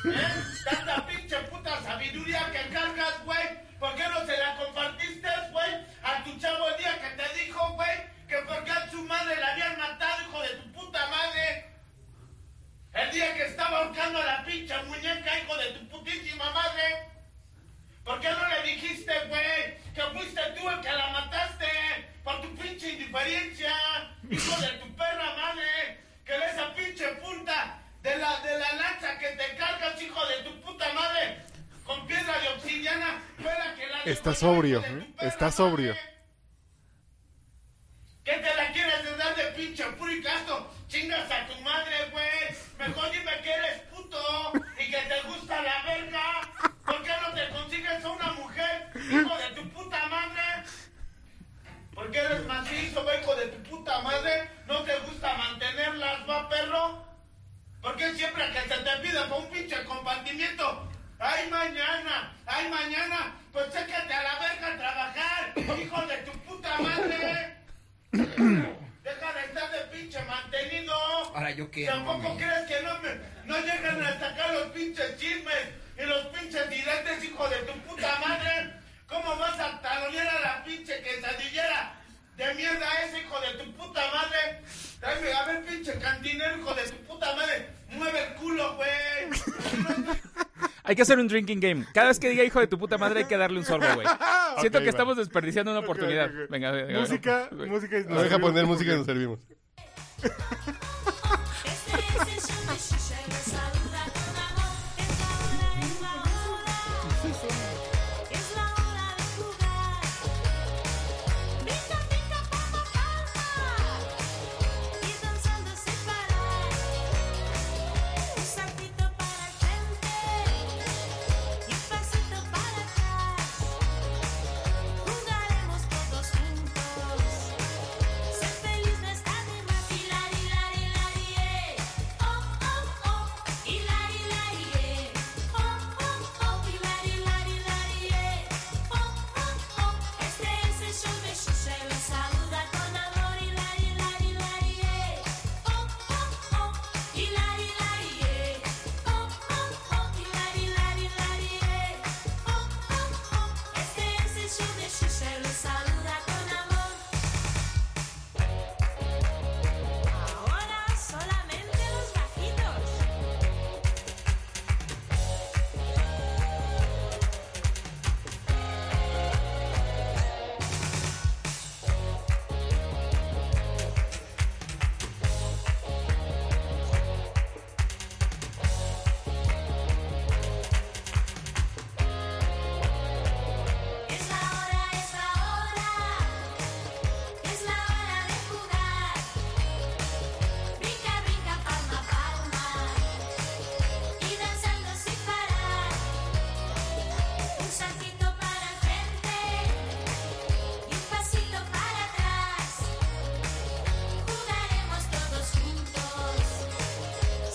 S6: ¿Eh? Tanta pinche puta sabiduría que cargas, güey. ¿Por qué no se la compartiste, güey? A tu chavo el día que te dijo, güey, que porque a su madre la habían matado, hijo de tu puta madre. El día que estaba ahorcando a la pinche muñeca, hijo de tu putísima madre. ¿Por qué no le dijiste, güey, que fuiste tú el que la mataste? Por tu pinche indiferencia, hijo de tu perra madre, que de esa pinche punta de la, de la lanza que te cargas, hijo de tu puta madre, con piedra de obsidiana, fue la que la
S2: Está
S6: degolló,
S2: sobrio,
S6: hijo de tu
S2: ¿eh?
S6: perra
S2: Está sobrio.
S6: madre. ¿Qué te la quieres de dar de pinche puro y casto? Chingas a tu madre, güey. Mejor dime que eres puto y que te gusta la verga. ¿Por qué no te consigues a una mujer, hijo de tu puta madre? Porque eres macizo, güey, hijo de tu puta madre. No te gusta mantenerlas, va, perro. Porque siempre que se te pide por un pinche compartimiento, ay mañana, ay mañana, pues sécate a la verga a trabajar, hijo de tu puta madre. Deja de estar de pinche mantenido.
S7: Ahora, ¿yo qué,
S6: Tampoco
S7: mami?
S6: crees que no me, no llegan a sacar los pinches chismes y los pinches diretes, hijo de tu puta madre. ¿Cómo vas a talonear a la pinche quesadillera? ¿Qué mierda es, hijo de tu puta madre? Tráeme, a ver, pinche cantinero, hijo de tu puta madre. Mueve el culo, güey.
S3: Hay que hacer un drinking game. Cada vez que diga hijo de tu puta madre hay que darle un sorbo, güey. Siento
S4: Ok,
S3: que
S4: va.
S3: estamos desperdiciando una oportunidad.
S2: ok.
S3: Venga, venga. venga.
S2: Música, música. y nos
S4: Nos deja
S2: servimos
S4: poner
S2: un
S4: música y nos
S2: poquito.
S4: servimos.
S7: Este es el show de Shisha y les saluda con amor. Es la hora de jugar. Es la hora de jugar. Pica, pica, palma, palma. Y danzando sin parar. Un saltito para el frente. Y un pasito para atrás. Jugaremos todos juntos. Ser feliz no está de más. Hilari, lari, lari, eh. Oh, oh, oh. Hilari, lari, eh. Oh, oh, oh. Hilari, lari, lari, eh. Oh, oh, oh. Este es el show de Xuxa y los saluda con amor. Hilari, lari, lari, eh. Oh, oh, oh. Hilari, lari, eh. Oh, oh, oh. Hilari, lari, lari, eh. Oh, oh, oh. Este es el show de Xuxa y los saluda con amor. Ahora solamente los bajitos. Es la hora, es la hora. Es la hora de jugar. Brinca, brinca, palma, palma. Y danzando sin parar. Un saltito para el frente. Y un pasito para atrás. Jugaremos todos juntos.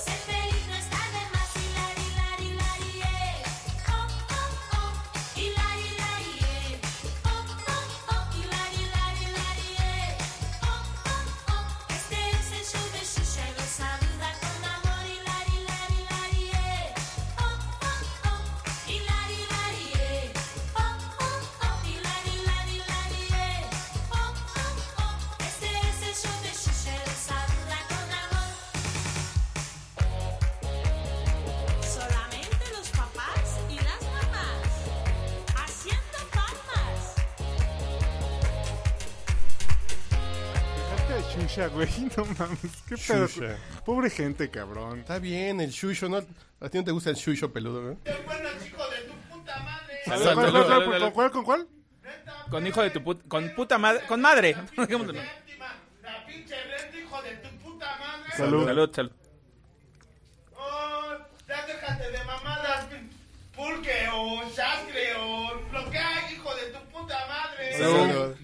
S7: Ser feliz no está de más, hilari, lari, lari, eh. Oh, oh, oh, hilari, lari, eh. Oh, oh, oh, hilari, lari, lari, eh. Oh, oh, oh, este es el show de Xuxa y los saluda con amor, hilari, lari, lari, eh. Oh, oh, oh, hilari, lari, eh. Oh, oh, oh, hilari, lari, lari, eh. Oh, oh, oh, este es el show de Xuxa y los saluda con amor. Solamente los papás y las mamás haciendo palmas.
S2: Dejaste a Xuxa, güey. No mames. Qué pedo.
S4: Xuxa.
S2: Pobre gente, cabrón.
S4: Está bien, el shusho, ¿no? A ti no te gusta el shusho peludo, ¿no?
S6: Qué bueno, hijo de tu puta madre.
S2: A ver,
S4: Salud,
S2: ¿cuál, cuál,
S4: salud,
S3: salud,
S2: cuál, ¿Con
S3: salud.
S2: cuál? ¿Con cuál?
S6: Neta,
S3: Con
S6: pero
S3: hijo de tu
S6: es-
S3: puta... Con puta madre... Con madre.
S6: La pinche
S3: Dejémoslo.
S6: séptima, La pinche renta, hijo de tu puta madre.
S2: Salud.
S3: Salud, salud.
S6: Oh, ya déjate de mamadas, pulque o chastre o lo que hay, hijo de tu puta madre.
S4: Salud.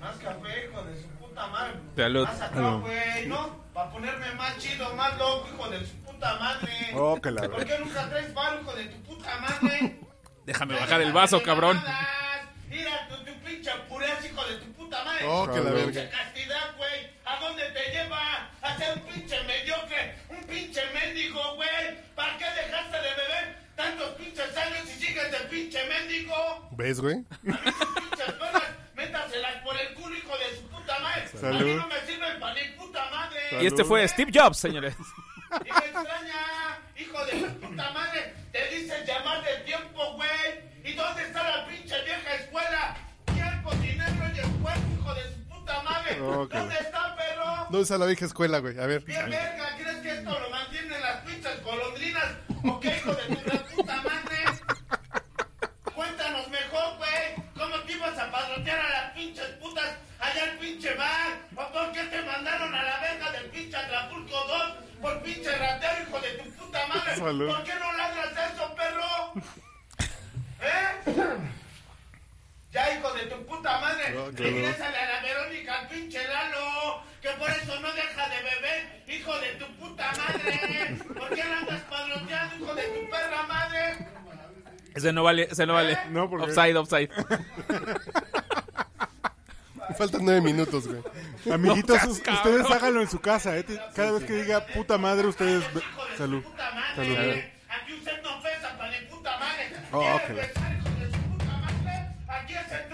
S6: Más café, hijo de su puta madre.
S3: Salud.
S6: Más acá, güey, ¿no? Para ponerme más chido, más loco, hijo de su puta madre.
S2: Oh, que la
S6: ¿Por qué nunca traes paro, hijo de tu puta madre?
S3: Déjame
S6: Ya
S3: bajar el
S6: déjate
S3: vaso,
S6: de
S3: cabrón.
S6: mamadas. Mira tu, tu pinche pureza, hijo de tu puta madre.
S4: Oh, que la verga.
S6: Pinche castidad, güey. ¿A dónde te lleva? A ser un pinche mediocre, un pinche mendigo, güey. ¿Para qué dejaste de beber tantos pinches años y sigues de pinche mendigo?
S4: ¿Ves, güey?
S6: Pinches perras, métaselas por el culo, hijo de su puta madre. A mí
S2: Salud.
S6: no me sirven para ni puta madre.
S3: Y este fue Steve Jobs, señores.
S6: Y me extraña, hijo de su puta madre. Te dicen llamar de tiempo, güey. ¿Y dónde está la pinche vieja escuela? Tiempo, dinero y el cuerpo, hijo de su puta madre.
S2: Ok.
S6: ¿Dónde está, perro?
S4: No usa la vieja escuela, güey. A ver.
S6: Bien, verga, ¿crees que esto lo mantienen las pinches golondrinas? ¿O qué, hijo de tu gran puta madre? Cuéntanos mejor, güey. ¿Cómo te ibas a padrotear a las pinches putas allá al pinche bar? ¿O por qué te mandaron a la verga del pinche Atrapulco 2 por pinche ratero, hijo de tu puta madre?
S2: Salud.
S6: ¿Por qué no ladras a eso, perro? ¿Eh? Ya, hijo de tu puta madre,
S4: No, claro.
S6: regrésale a la Verónica, al pinche Lalo, que por eso no deja de beber, hijo de tu puta madre. ¿Por qué la andas padroteando, hijo de tu perra madre?
S3: Ese no vale, ese no vale.
S2: No, porque-
S3: Offside, offside.
S4: Faltan nueve minutos, güey.
S2: Amiguitos,
S3: No seas
S2: us-
S3: cabrón.
S2: ustedes háganlo en su casa. ¿eh? Te- Cada vez que diga puta madre, ustedes. ve-
S6: Hijo de
S2: Salud.
S6: su puta madre.
S2: Salud.
S6: Aquí usted no ofensa para de puta madre.
S2: Oh,
S6: ¿Quieres
S2: ok.
S6: besar, hijo de su puta madre? Aquí es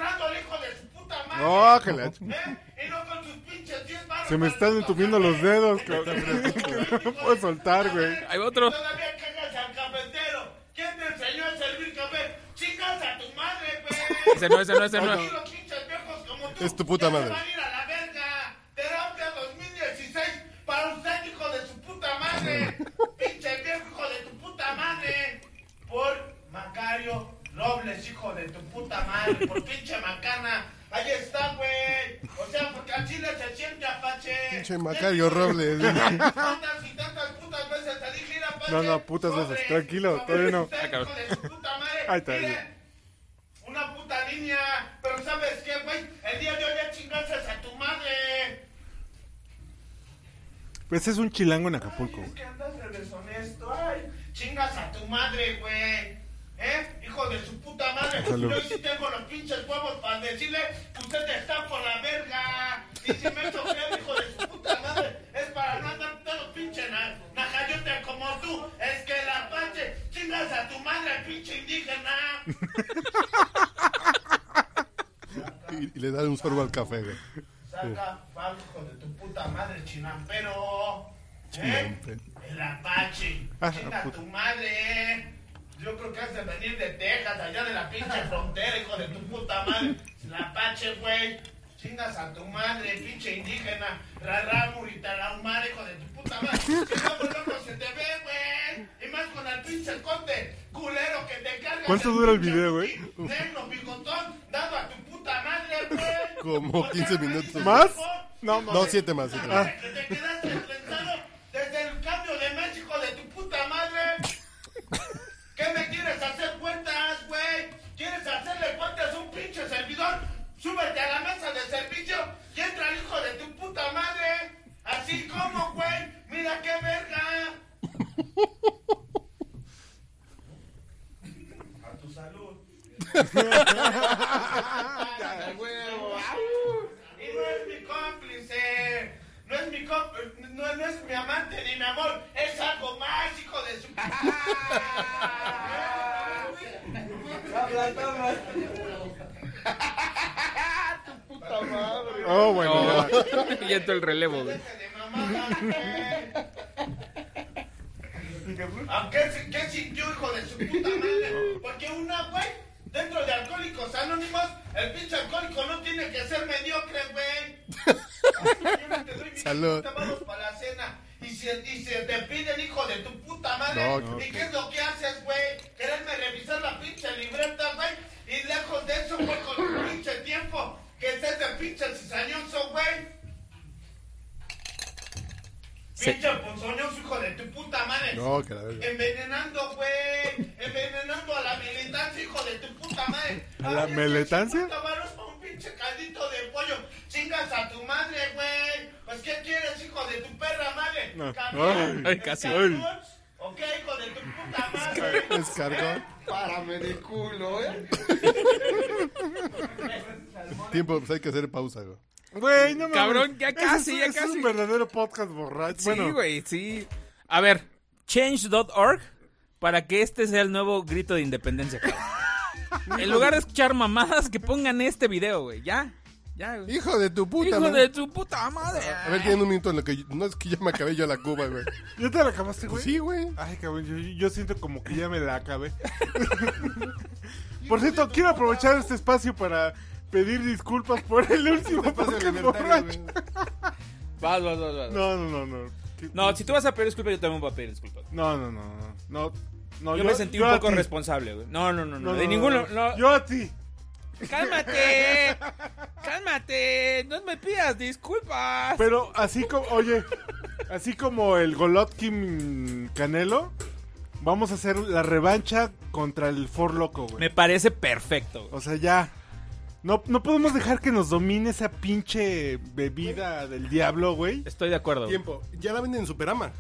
S2: No, Oh, que la ch-
S6: ¿Eh? Y no con tus pinches 10 barras.
S2: Se me están entumiendo los dedos, cabrón. Que no puedo soltar, güey.
S3: Ahí va otro.
S6: Todavía cagas al cafetero. ¿Quién te enseñó a servir café? Chingas a tu madre, güey.
S3: Ese no, ese no, ese no.
S6: Aquí los pinches viejos como tú.
S4: Es tu puta
S6: ya se
S4: madre.
S6: van a ir a la verga. Terapia 2016 para usted, hijo de su puta madre. Pinche viejo, hijo de tu puta madre. Por Macario Robles, hijo de tu puta madre. Por pinche macana. Ahí está, güey. O sea, porque al chile se siente apache.
S4: Pinche Macario Robles.
S6: Tantas y tantas putas veces te dije, mira, Apache,
S2: No, no, putas veces.
S6: sobre,
S2: Tranquilo,
S6: sobre
S2: todavía no.
S6: usted, hijo de su puta madre.
S2: Ahí está,
S6: Ah, Mire,
S2: bien.
S6: una puta línea. Pero ¿sabes qué, güey? El día de hoy ya chingaste a tu madre.
S2: Pues es un chilango en Acapulco,
S6: Ay, es
S2: güey.
S6: que andas de deshonesto. Ay, chingas a tu madre, güey. ¿Eh? Hijo de su puta madre.
S2: Salud.
S6: Yo sí tengo los pinches huevos para decirle que usted está por la verga. Y si me echo creo, hijo de su puta madre, es para no andar todo pinche na- najayote como tú. Es que la pache, chingas a tu madre, pinche indígena.
S4: Y, y le da un sorbo al café, güey.
S6: Saca pal, hijo de tu puta madre, chinampero. ¿Eh?
S4: Chinampero.
S6: El Apache.
S2: Ah,
S6: Chinga
S2: puta.
S6: tu madre. Yo creo que has de venir de Texas, allá de la pinche frontera, hijo de tu puta madre. El Apache, güey. Chingas a tu madre, pinche indígena. Rarra, muritalahumara, hijo de tu puta madre. Que no, pues, loco, se te ve, güey. Y más con el pinche corte culero que te cargas.
S2: ¿Cuánto
S6: el
S2: dura el
S6: pinche
S2: video, güey?
S6: Negro, bigotón, dado a tu puta madre, güey.
S4: Como 15 minutos.
S2: ¿Más? No,
S4: No, siete más. siete más.
S6: Que te quedaste enfrentado desde el cambio de México de tu puta madre. ¿Qué me quieres hacer cuentas, güey? ¿Quieres hacerle cuentas a un pinche servidor? Súbete a la mesa de servicio y entra el hijo de tu puta madre. Así como, güey. Mira qué verga. A tu salud. Ah, huevo. Y no es mi cómplice. No es mi cómplice. No, no es mi amante ni mi amor. Es algo más, hijo de su.
S2: Oh, bueno,
S3: No.
S2: ya.
S3: Y entra el relevo, güey.
S6: Deje de mamada, güey. Aunque se- Ah, ¿qué sintió, hijo de su puta madre? Porque una, güey, dentro de Alcohólicos Anónimos, el pinche alcohólico no tiene que ser mediocre, güey. Mañana te doy mis
S4: Salud.
S6: 50 varos para la cena. Y se, y se te pide el hijo de tu puta madre.
S4: No,
S6: ¿Y qué es lo que haces, güey? Quererme revisar la pinche libreta, güey. Y lejos de eso, güey, con tu pinche tiempo. Que estés de pinche cizañoso, güey.
S3: Se-
S6: Pinche ponzoñoso, hijo de tu puta madre.
S4: No, que la verga.
S6: Envenenando, güey. Envenenando a la militancia, hijo de tu puta madre.
S2: ¿A la
S6: Ahorita
S2: militancia?
S6: 50 varos por un pinche caldito de pollo. Chingas a tu madre, güey. Pues, ¿qué quieres, hijo de tu perra madre?
S2: No.
S6: ¿Cabrón?
S3: Ay, casi.
S6: ¿Escargot? ¿O qué, hijo de tu puta madre?
S4: Descargó.
S8: Párame de culo, ¿eh?
S4: Tiempo, pues hay que hacer pausa, güey.
S2: Güey, no mames.
S3: Cabrón, ya
S2: Ese
S3: casi,
S2: es,
S3: ya
S2: ese Es
S3: casi.
S2: un verdadero podcast borracho.
S3: Sí,
S2: bueno,
S3: güey, sí. A ver, change.org para que este sea el nuevo grito de independencia. cabrón. en lugar de escuchar mamadas, que pongan este video, güey. Ya, ya, güey.
S4: Hijo de tu puta
S3: Hijo
S4: madre.
S3: de tu puta madre.
S4: A ver, tienen un minuto en lo que. yo- No es que ya me acabé yo la Cuba, güey.
S2: ¿Ya te la acabaste, güey?
S4: Pues sí, güey.
S2: Ay, cabrón, yo, yo siento como que ya me la acabé. Por cierto, quiero aprovechar este espacio para pedir disculpas por el último
S4: Pase
S2: podcast
S4: alimentario,
S2: borracho.
S4: güey.
S3: Vas, vas, vas, vas.
S2: No, no, no, no. ¿Qué-
S3: No, si tú vas a pedir disculpas, yo también voy a pedir disculpas.
S2: No, no, no, no, no. no,
S3: Yo, me sentí un
S2: a
S3: poco
S2: ti.
S3: responsable, güey. No, no, no, no.
S2: No,
S3: de
S2: no,
S3: ninguno.
S2: no,
S3: no.
S2: Yo a ti.
S3: ¡Cálmate! ¡Cálmate! ¡No me pidas disculpas!
S2: Pero así como, oye, así como el Golotkin Canelo, vamos a hacer la revancha contra el For Loco, güey.
S3: Me parece perfecto, güey.
S2: O sea, ya. No, no podemos dejar que nos domine esa pinche bebida del diablo, güey.
S3: Estoy de acuerdo. güey.
S4: Tiempo. Ya la venden en Superama.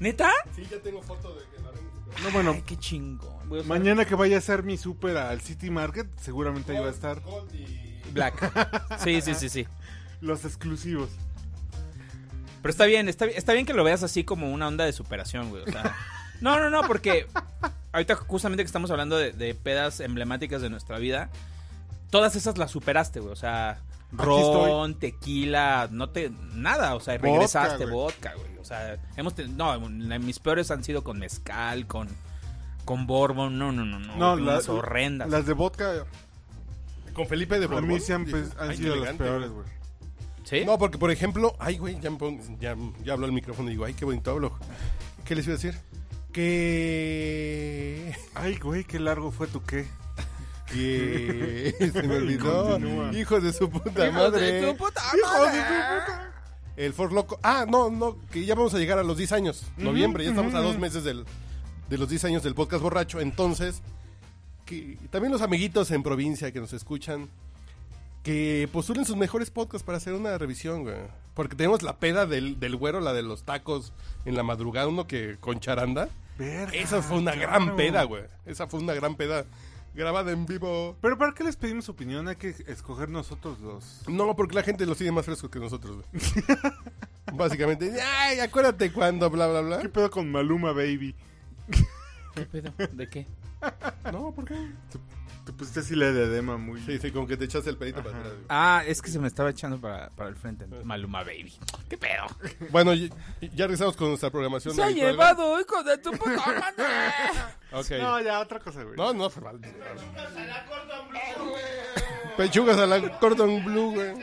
S3: ¿Neta?
S4: Sí, ya tengo foto de que la venden en Superama.
S2: No, bueno,
S3: Ay, qué chingón. Voy a usar
S2: mañana que vaya a ser mi super al City Market, seguramente ahí va a estar
S4: Gold y.
S3: Black. Sí, sí, sí, sí.
S2: los exclusivos.
S3: Pero está bien, está, bien- está bien que lo veas así como una onda de superación, güey. o sea. no, no, no, porque ahorita justamente que estamos hablando de, de pedas emblemáticas de nuestra vida, todas esas las superaste, güey. O sea,
S2: estoy.
S3: Ron, tequila, no te nada, o sea,
S2: Vodka,
S3: regresaste
S2: güey.
S3: vodka, güey. O sea, hemos ten- no, la- mis peores han sido con mezcal, con con bourbon, no, no, no, no,
S2: No,
S3: con
S2: la-
S3: unas horrendas.
S2: Las de vodka,
S4: Con Felipe de
S2: a
S4: Borbón.
S2: mí sí han, pues, han
S4: Ay, qué
S2: sido las
S4: elegante,
S2: peores,
S4: güey.
S2: güey.
S3: ¿Sí?
S4: No, porque por ejemplo, ay, güey, ya, me pongo- ya, ya hablo al micrófono y digo, ay, qué bonito hablo. ¿Qué les iba a decir? Que.
S2: Ay, güey, qué largo fue tu qué.
S4: que se me olvidó.
S2: Continúa.
S4: Hijos de su puta
S3: Hijos de
S4: madre.
S3: tu puta
S4: Hijos de tu puta. El Ford Loco. Ah, no, no, que ya vamos a llegar a los 10 años. Noviembre, ya estamos a dos meses del, de los 10 años del podcast borracho. Entonces, que también los amiguitos en provincia que nos escuchan, que postulen sus mejores podcasts para hacer una revisión, güey. Porque tenemos la peda del, del güero, la de los tacos en la madrugada, uno que con charanda.
S2: Verga,
S4: Esa fue una
S2: claro.
S4: gran peda, güey. Esa fue una gran peda grabada en vivo.
S2: Pero ¿para qué les pedimos opinión? Hay que escoger nosotros los...
S4: No, porque la gente los tiene más frescos que nosotros, güey. Básicamente, ay, acuérdate cuando, bla, bla,
S2: ¿Qué
S4: bla.
S2: pedo con Maluma, baby?
S3: ¿Qué pedo? ¿De qué?
S4: No, ¿por qué?
S2: Te pusiste así la diadema muy...
S4: Sí, sí, como que te echaste el pedito para atrás. güey.
S3: Ah, es que se me estaba echando para, para el frente. Maluma Baby. ¿Qué pedo?
S4: Bueno, y- y ya regresamos con nuestra programación.
S3: Se ha
S4: habitual,
S3: llevado, hijo de tu puta madre.
S4: güey. Ok.
S2: No, ya, otra cosa, güey.
S4: No, no, fue mal.
S6: A la Gordon Blue, güey.
S4: Pechugas a la Gordon Blue, güey.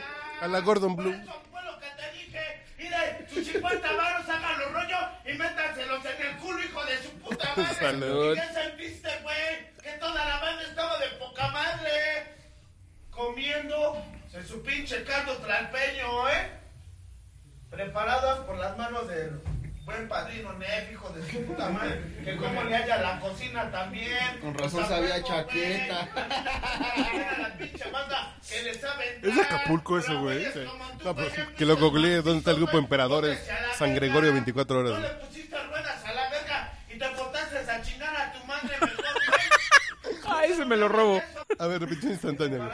S4: A la Gordon Blue.
S6: Eso fue lo que te dije. Mire, sus 50 varos, hagan los rollos y métanselos en el culo, hijo de su puta madre.
S4: Salud.
S6: ¿Y qué sentiste, güey? Que toda la banda estaba de poca madre. Comiendo en su pinche caldo tlalpeño, ¿eh? Preparadas por las manos del buen padrino Nef, hijo de su puta madre. Que como le haya la cocina también.
S8: Con razón
S6: Hasta
S8: sabía
S6: luego, güey.
S8: chaqueta.
S6: Era la pinche banda que le sabe
S2: ¿Es de Acapulco ese, güey?
S6: Pero,
S2: Sí.
S6: como tú,
S4: No, pues,
S6: güey,
S4: que lo
S6: pinche
S4: googleé, ¿dónde está el grupo
S6: güey?
S4: Emperadores?
S6: Póngase a la
S4: San
S6: verga.
S4: Gregorio 24 horas,
S6: No le
S4: güey.
S6: pusiste ruedas a la verga y te portaste a chingar a tu madre mejor,
S3: Ay, se me lo robo.
S4: A ver, repetición instantánea, güey.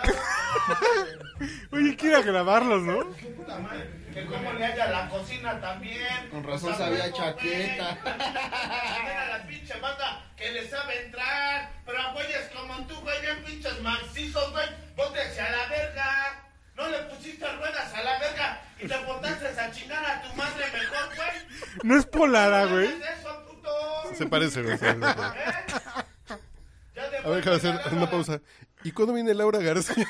S2: Oye, quiero grabarlos, ¿no?
S6: güey. Puta madre, Que como le haya la cocina también.
S8: Con razón
S6: Hasta
S8: sabía
S6: luego,
S8: chaqueta.
S6: güey. Era la pinche banda que le sabe entrar. Pero a güeyes como tú, güey, bien pinches macizos, güey. Póntese a la verga. No le pusiste ruedas a la verga y te portaste a chingar a tu madre mejor, güey.
S2: No es polada, güey.
S6: Eso, puto. ¿Eh?
S4: Se parece, güey. se parece.
S6: Ya te
S4: A ver, déjame hacer una pausa. ¿Y cuándo viene Laura García?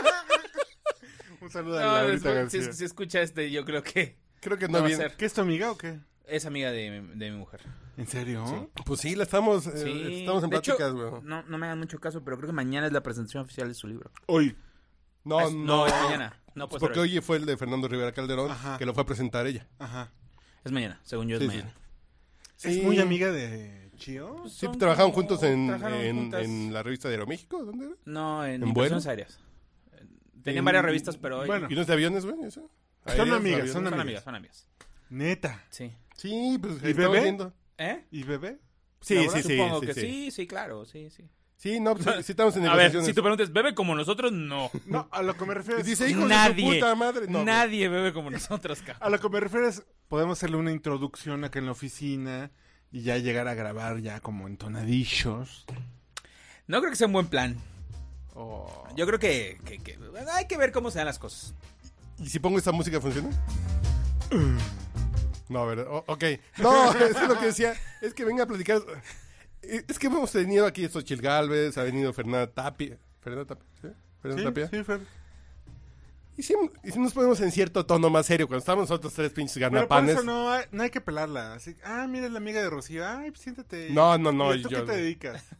S2: Un saludo a
S3: No,
S2: Laurita
S3: después,
S2: García.
S3: si, si escucha este, yo creo que
S4: Creo que
S3: No
S4: no
S3: va a
S4: viene.
S3: ser.
S2: ¿Qué es tu amiga o qué?
S3: es amiga de, mi- de mi mujer.
S2: ¿En serio?
S4: Pues sí, la estamos, eh,
S3: Sí.
S4: estamos en
S3: De hecho,
S4: pláticas, güey.
S3: No, no me hagan mucho caso, pero creo que mañana es la presentación oficial de su libro.
S2: Hoy.
S4: No,
S3: Es-
S4: Oh, no.
S3: es mañana. No,
S4: Pues
S3: pues
S4: porque hoy fue el de Fernando Rivera Calderón,
S2: Ajá.
S4: que lo fue a presentar ella.
S2: Ajá.
S3: Es mañana, según yo es
S4: Sí, sí.
S3: mañana.
S2: ¿Es
S4: Sí.
S2: muy amiga de Chio?
S4: Sí, trabajaron juntos en,
S3: trabajaron
S4: en-
S3: juntas.
S4: en la revista de Aeroméxico, ¿dónde era?
S3: No, en,
S4: ¿En
S3: Impresiones
S4: vuelo?
S3: Aéreas. Tenían
S4: En-
S3: varias revistas, pero hoy
S2: Bueno.
S4: ¿Y no es de aviones, güey? eso? Aéreos,
S2: amigas,
S4: aviones.
S2: son
S3: son
S2: amigas.
S3: amigas, son amigas.
S2: Neta.
S3: Sí.
S4: Sí, pues
S2: ¿Y
S4: ahí estamos
S2: bebé?
S4: viendo.
S3: ¿Eh?
S2: ¿Y bebé?
S4: Sí,
S3: Laura,
S4: sí, sí,
S3: Supongo
S4: sí,
S3: que
S4: sí.
S3: sí. sí, claro, sí, sí.
S4: Sí, no, pues sí estamos en
S3: A ver,
S4: negociaciones.
S3: si tú preguntas, ¿bebe como nosotros? No.
S2: No, a lo que me refiero
S4: Y
S2: es...
S4: dice, hijo de su
S3: Nadie.
S4: puta madre. No,
S3: Nadie bebe como nosotros,
S2: A
S3: cabrón.
S2: lo que me refiero es... Podemos hacerle una introducción acá en la oficina y ya llegar a grabar ya como entonadillos.
S3: No creo que sea un buen plan.
S4: Oh.
S2: O...
S3: Yo creo que, que- que- hay que ver cómo se dan las cosas.
S4: güey. ¿Y si pongo esta música, funciona? No, a ver, o- ok. No, eso es lo que decía. Es que venga a platicar. Eh, Es que hemos tenido aquí estos Chil Galvez, ha venido Fernanda Tapia. ¿Fernanda Tapia? ¿Sí? ¿Fernanda
S2: ¿Sí?
S4: Tapia?
S2: sí, Fer.
S4: Y si, y si nos ponemos en cierto tono más serio, cuando estamos nosotros tres pinches
S2: Pero por
S4: ganapanes.
S2: eso no hay, no hay que pelarla. Así, ah, mira es la amiga de Rocío. Ay, pues, siéntate.
S4: No, no, no,
S2: ¿Y ¿Tú
S4: yo-
S2: qué te dedicas?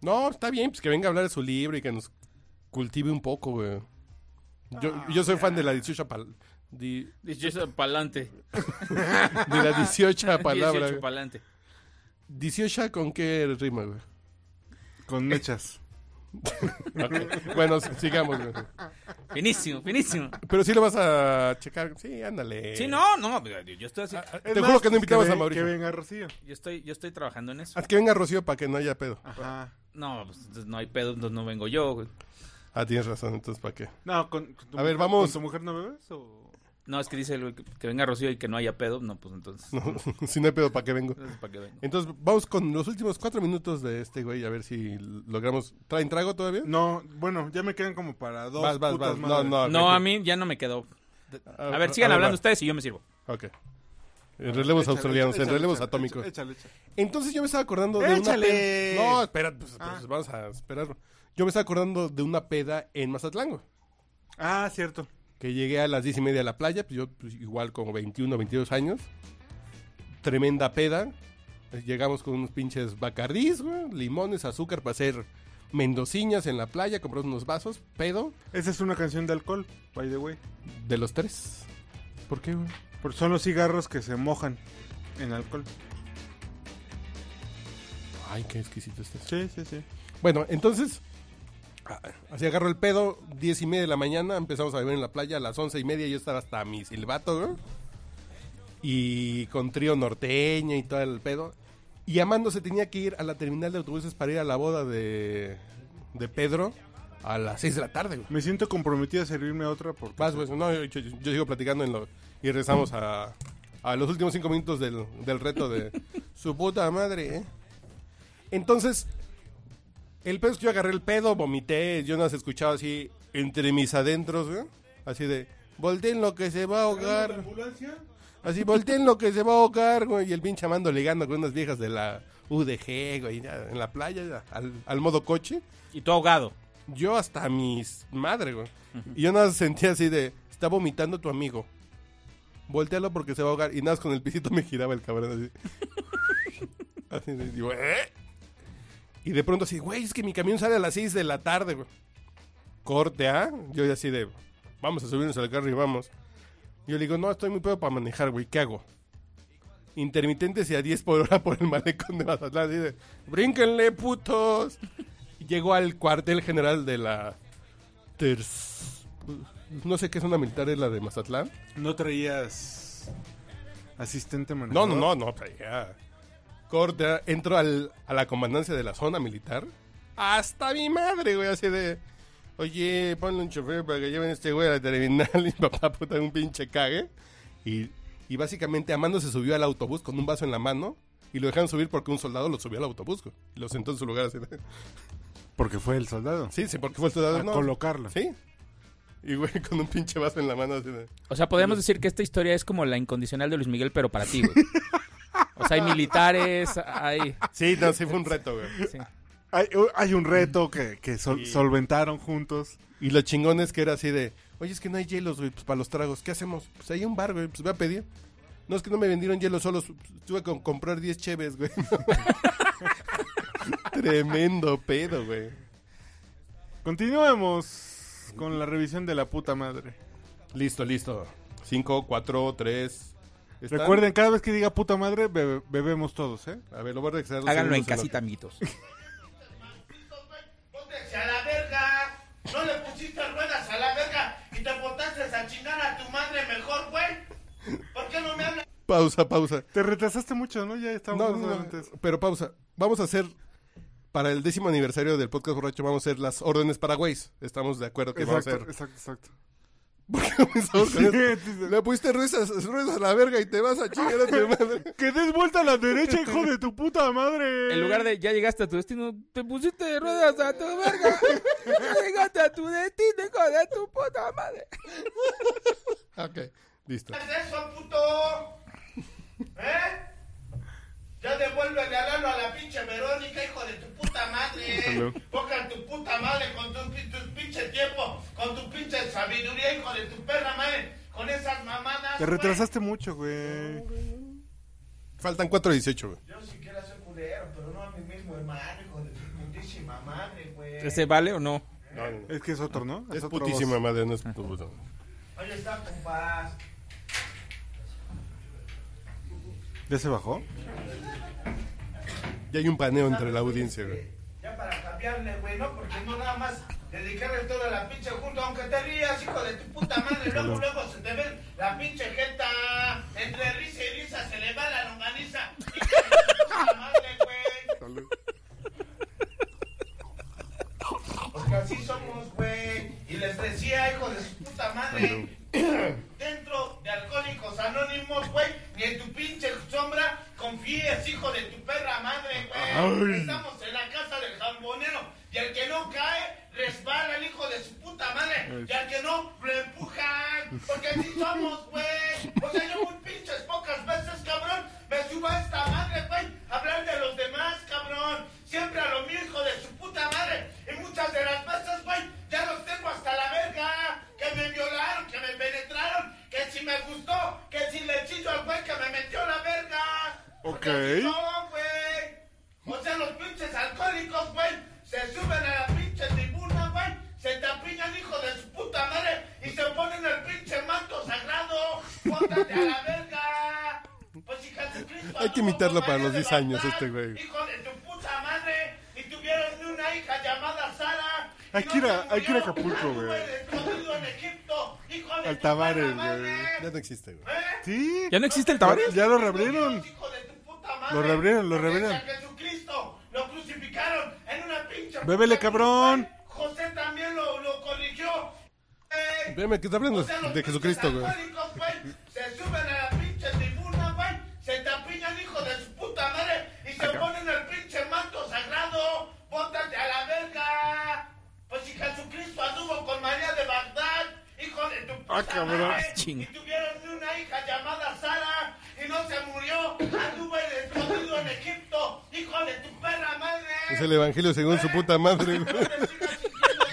S4: No, está bien, pues que venga a hablar de su libro y que nos cultive un poco, güey. Yo,
S2: Ah,
S4: yo soy fan de la 18 pal- di-
S3: Dichoso pa'lante.
S4: de la 18 palabra. güey.
S3: pa'lante.
S4: 18 con qué rima, güey.
S2: Con mechas.
S4: Ok, Bueno, s- sigamos, güey.
S3: Finísimo, finísimo.
S4: Pero sí lo vas a checar. Sí, ándale.
S3: Sí, no, no, yo estoy así.
S4: Te juro que no invitamos
S2: ve-
S4: a Mauricio.
S2: pues, Que venga Rocío.
S3: Yo estoy, yo estoy trabajando en eso.
S4: Haz que venga Rocío para que no haya pedo.
S2: Ajá.
S3: No, pues entonces no hay pedo, entonces no vengo yo, güey.
S4: Ah, tienes razón, entonces para qué.
S2: No, con, con tu
S4: A
S2: mujer-
S4: ver, vamos.
S2: ¿Con tu mujer no bebes o...?
S3: No, es que dice el- que venga Rocío y que no haya pedo. No, pues entonces.
S4: si no hay pedo, ¿para qué vengo?
S3: entonces, ¿para qué vengo?
S4: Entonces, vamos con los últimos cuatro minutos de este güey, a ver si logramos. ¿Traen trago todavía?
S2: No, bueno, ya me quedan como para dos.
S4: Vas, vas,
S2: putas
S4: vas. No,
S2: madres.
S4: no.
S3: No, a mí ya no me quedó. A ver, sigan
S4: a
S3: hablando
S4: va.
S3: ustedes y yo me sirvo.
S4: Ok. En relevos
S2: Échale,
S4: australianos,
S2: échale,
S4: en relevos
S2: échale,
S4: atómicos.
S2: Échale, échale.
S4: Entonces yo me estaba acordando de una
S2: ¡Échale!
S4: peda. No, espera, pues,
S2: Ah.
S4: pues, vamos a esperar. Yo me estaba acordando de una peda en Mazatlán, güey,
S2: Ah, cierto.
S4: Que llegué a las diez y media a la playa, pues yo pues, igual como 21, 22 años. Tremenda peda. Eh, Llegamos con unos pinches bacardís, güey, limones, azúcar para hacer mendociñas en la playa, compramos unos vasos, pedo,
S2: Esa es una canción de alcohol, by the way.
S4: de los tres. ¿Por qué, güey?
S2: Porque son los cigarros que se mojan en alcohol.
S4: Ay, qué exquisito estás.
S2: Sí, sí, sí.
S4: Bueno, entonces, a- así agarro el pedo, diez y media de la mañana, empezamos a beber en la playa, a las once y media yo estaba hasta mi silbato, güey. Y con trío norteño y todo el pedo. Y Amando se tenía que ir a la terminal de autobuses para ir a la boda de, de Pedro a las seis de la tarde, güey.
S2: Me siento comprometido a servirme otra porque...
S4: Vas, güey, no, yo, yo- yo sigo platicando en lo, y regresamos a, a los últimos cinco minutos del, del reto de su puta madre, ¿eh? Entonces, el pedo es que yo agarré el pedo, vomité, yo no se escuchaba así entre mis adentros, güey, así de, volteen lo que se va a ahogar,
S2: ambulancia?
S4: así, volteen lo que se va a ahogar, güey, y el pinche amando ligando con unas viejas de la UDG, güey, ya, en la playa, ya, al, al modo coche.
S3: Y tú ahogado.
S4: Yo hasta mis madre, güey. Y yo nada más sentía así de, está vomitando tu amigo. Voltealo porque se va a ahogar. Y nada más con el pisito me giraba el cabrón así. así de, digo, "¿Eh?". Y de pronto así, güey, es que mi camión sale a las 6 de la tarde, güey. Corte, ¿ah? Yo ya así de, vamos a subirnos al carro y vamos. Yo le digo, no, estoy muy pedo para manejar, güey, ¿qué hago? Intermitentes y a 10 por hora por el malecón de Mazatlán. Así de, brínquenle, putos llegó al cuartel general de la Ters- no sé qué es una militar es la de Mazatlán.
S2: ¿No traías asistente
S4: No,
S2: manejador?
S4: no, no, no, pero ya. Corta, entro al- a la comandancia de la zona militar. Hasta mi madre, güey, así de. Oye, ponle un chofer para que lleven a este güey a la terminal y papá puta un pinche cague. Y, y básicamente Amando se subió al autobús con un vaso en la mano y lo dejaron subir porque un soldado lo subió al autobús, güey. Y lo sentó en su lugar así de.
S2: Porque fue el soldado.
S4: Sí, sí, porque fue el soldado.
S2: A
S4: no.
S2: colocarlo.
S4: Sí. Y güey, con un pinche vaso en la mano así de...
S3: O sea, podríamos decir que esta historia es como la incondicional de Luis Miguel, pero para ti, güey. O sea, hay militares, hay...
S4: Sí, no, sí fue un reto, güey.
S3: sí.
S2: Hay,
S4: uh,
S2: hay un reto que, que sol- solventaron juntos.
S4: Y lo chingón es que era así de... Oye, es que no hay hielos, güey, pues para los tragos. ¿Qué hacemos? Pues hay un bar, güey, pues voy a pedir. No, es que no me vendieron hielos solos. pues, Tuve que comprar 10 cheves, güey. Tremendo pedo, güey.
S2: Continuemos con la revisión de la puta madre.
S4: Listo, listo. 5, 4, 3...
S2: Recuerden, cada vez que diga puta madre, bebe- bebemos todos, ¿eh?
S4: A ver, lo voy a regresar. dos
S3: Háganlo en
S4: segundos
S3: casita, amiguitos.
S6: Póntese a la verga. No le pusiste ruedas a la verga y te botaste a chingar a tu madre mejor, güey. ¿Por qué no me hablas?
S4: lo- Pausa, pausa.
S2: Te retrasaste mucho, ¿no? Ya estábamos
S4: No,
S2: más
S4: no, no,
S2: adelante.
S4: pero pausa. Vamos a hacer, para el décimo aniversario del podcast borracho, vamos a hacer las órdenes paraguays. Estamos de acuerdo que vamos a
S2: Exacto,
S4: hacer.
S2: exacto, exacto.
S4: ¿Por qué comenzamos con
S2: Sí,
S4: esto?
S2: sí, sí.
S4: Le pusiste ruedas, ruedas a la verga y te vas a chingar a tu madre.
S2: ¡Que des vuelta a la derecha, hijo de tu puta madre!
S3: En lugar de ya llegaste a tu destino, te pusiste de ruedas a tu verga. Ya llegaste a tu destino, hijo de tu puta madre.
S4: Ok, listo.
S6: ¿Qué es eso, puto? ¿Eh? Ya devuelve el alano a la pinche Verónica, hijo de tu puta madre. Toca tu puta madre con tus pin- tus pinches tiempos, con tu pinche sabiduría, hijo de tu perra madre. Con esas mamadas.
S2: Te
S6: güey.
S2: retrasaste mucho, güey.
S4: Faltan 4.18, güey.
S6: Yo sí quiero ser culero, pero no a mi mismo hermano, hijo de tu putísima madre, güey.
S3: ¿Se vale o no?
S4: No, no, no.
S2: Es que es otro, ¿no?
S4: Es
S2: otro
S4: putísima
S2: voz.
S4: madre, no es puto.
S6: Ahí está, compás.
S2: ¿Ya se bajó?
S4: Ya hay un paneo entre la audiencia, güey.
S6: Ya para cambiarle, güey, ¿no? Porque no nada más dedicarle toda la pinche junta, aunque te rías, hijo de tu puta madre, luego, luego se te ve la pinche jeta. Entre risa y risa se le va la longaniza. Hijo de tu puta madre, güey. Porque así somos, güey. Y les decía, hijo de su puta madre, dentro de de tu perra madre, güey.
S2: Ay.
S6: Estamos en la casa del jambonero. Y al que no cae, resbala el hijo de su puta madre. Y al que no, lo empujan. Porque así somos, güey. O sea, yo muy pinches pocas veces, cabrón, me subo a esta madre, güey. a Hablar de los demás, cabrón. Siempre a lo mío, hijo de su puta madre. Y muchas de las veces, güey, ya los tengo hasta la verga. Que me violaron, que me penetraron. Que si me gustó, que si le chillo al güey que me metió la verga.
S2: Ok.
S6: No, güey. O sea, los pinches alcohólicos, güey, se suben a la pinche tribuna, güey, se tapiñan, hijo de su puta madre, y se ponen el pinche manto sagrado. ¡Póntate a la verga! Pues, hija de Cristo,
S4: Hay que
S6: tú,
S4: imitarlo
S6: como
S4: para los
S6: María
S4: 10 años,
S6: de
S4: este
S6: Bagdad,
S4: güey.
S6: Hijo de tu puta madre, y tuvieron una hija llamada Sara. y
S2: Hay que ir a-
S6: se
S2: hay que ir a
S6: murió,
S2: Acapulco, güey.
S6: escondido en Egipto, hijo de tu
S2: Altabares,
S6: perra madre.
S2: güey.
S4: Ya no existe, güey.
S6: ¿Eh?
S2: Sí.
S3: ¿Ya no existe el Tabares?
S2: Ya lo reabrieron.
S6: Hijo de tu puta madre.
S2: Lo reabrieron, lo
S6: Porque
S2: reabrieron.
S6: a Jesucristo lo crucificaron en una pinche.
S2: Bébele, cabrón.
S6: José también lo, lo corrigió. Eh,
S4: Veme, que está hablando
S6: o sea, los
S4: de Jesucristo,
S6: pinches
S4: güey.
S6: alcohólicos, güey, Se suben a la pinche tribuna, güey. Se tapiñan, hijo de su puta madre. Y se ponen el pinche manto sagrado. Bótate a la verga. Pues si Jesucristo anduvo con María de Bagdad, hijo de tu puta
S2: Ah, cabrón.
S6: madre.
S3: Ching.
S6: Y tuvieron una hija llamada Sara. Y no se murió. Anduvo en- escondido en Egipto. Hijo de tu perra madre.
S4: Es el evangelio según su puta madre, güey.
S6: No te sigas sintiendo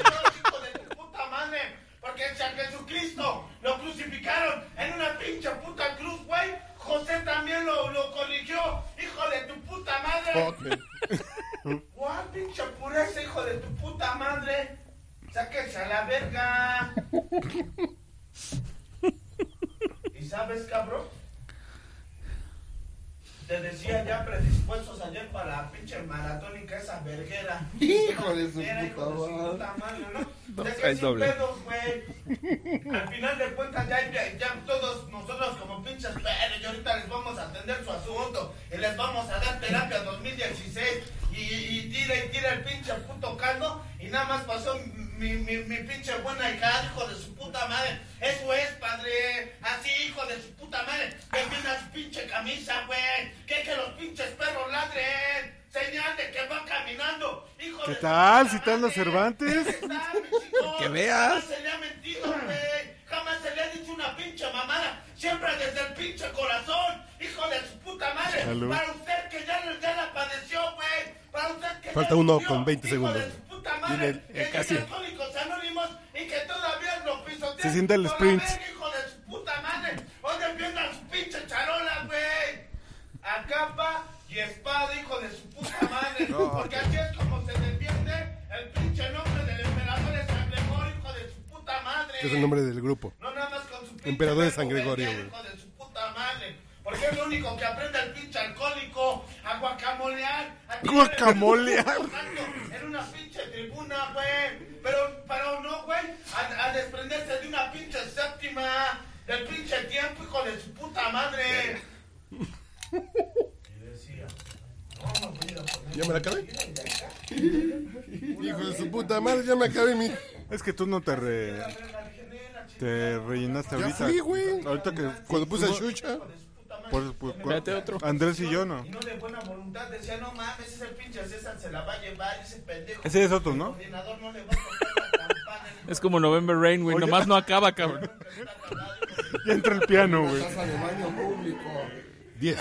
S6: Dios, hijo de tu puta madre, porque si a Jesucristo lo crucificaron en una pinche puta cruz, güey, José también lo, lo corrigió, hijo de tu puta madre.
S4: Fuck, man.
S6: ¿Cuál pinche pureza, hijo de tu puta madre? Sáquense a la verga. ¿Y sabes, cabrón? Te decía ya predispuestos ayer para la pinche maratónica esa verguera.
S8: Hijo de su
S6: Era hijo de su
S8: puta
S6: puta madre, ¿no?
S3: No,
S6: Es que
S3: es
S6: sin
S3: doble.
S6: pedos, güey. Al final de cuentas, ya, ya, ya todos nosotros como pinches perros, y ahorita les vamos a atender su asunto, y les vamos a dar terapia 2016, y, y tira y tira el pinche puto caldo, y nada más pasó mi, mi, mi pinche buena hija, ah, hijo de su puta madre. Eso es, padre. Así, hijo de su puta madre. Terminas pinche camisa, güey. Que que los pinches perros ladren. Señal de que va caminando, hijo
S2: ¿Qué
S6: de su
S2: tal?
S6: puta
S2: Citando a
S6: madre.
S2: Cervantes.
S6: ¿Qué tal, mi chico?
S3: Que veas.
S6: Jamás se le ha mentido, güey. Jamás se le ha dicho una pinche mamada. Siempre desde el pinche corazón, hijo de su puta madre.
S2: Salud.
S6: Para usted que ya, ya la padeció, güey. Para usted que
S4: Falta
S6: ya
S4: uno
S6: sufrió,
S4: con 20
S6: hijo
S4: segundos.
S6: de su puta madre,
S4: Viene el-
S6: que
S4: el
S6: llega
S4: casi.
S6: Alcohólicos Anónimos y que todavía lo pisotean
S2: Se siente el
S6: con la
S2: sprint.
S6: verga, hijo de su puta madre. ¿Dónde empiezan sus pinches charolas, güey? A capa y espada, hijo de su puta madre. Porque así es como se defiende el pinche nombre del emperador de San Gregorio, hijo de su puta madre.
S4: Es el nombre del grupo.
S6: No nada más con su pinche
S4: Emperador de
S6: verbo
S4: San Gregorio,
S6: verguero,
S4: güey.
S6: Hijo de su puta madre. Porque es lo único que aprende el pinche alcohólico a guacamolear. A tirar el
S2: Guacamolear.
S6: pinche santo En una pinche tribuna, güey. Pero, pero no, güey. A, a desprenderse de una pinche séptima. Del pinche tiempo, hijo de su puta madre. Y decía, no me voy a poner
S4: ¿Ya me la acabé? Hijo de su puta madre, ya me acabé mi.
S2: Es que tú no te re-
S6: la virgenera, chico,
S2: te rellenaste
S4: Ya
S2: ahorita.
S4: fui, güey.
S2: Ahorita que
S4: Cuando puse a
S2: fuimos-
S4: Xucha.
S6: hijo de su puta madre.
S2: por eso, pues, cu-
S3: Espérate, otro.
S2: Andrés y yo no.
S6: Y no de buena voluntad decía, no mames, ese pinche César se la va a llevar, ese pendejo.
S2: Ese es otro,
S6: El
S2: ¿no?
S6: coordinador no le va a tocar la campana. el hijo
S3: Es como November Rain, güey. Nomás no acaba, cabrón.
S6: de puta cagada, hijo de-
S2: Ya entra el piano, güey.
S8: Casa de baño público.
S4: 10,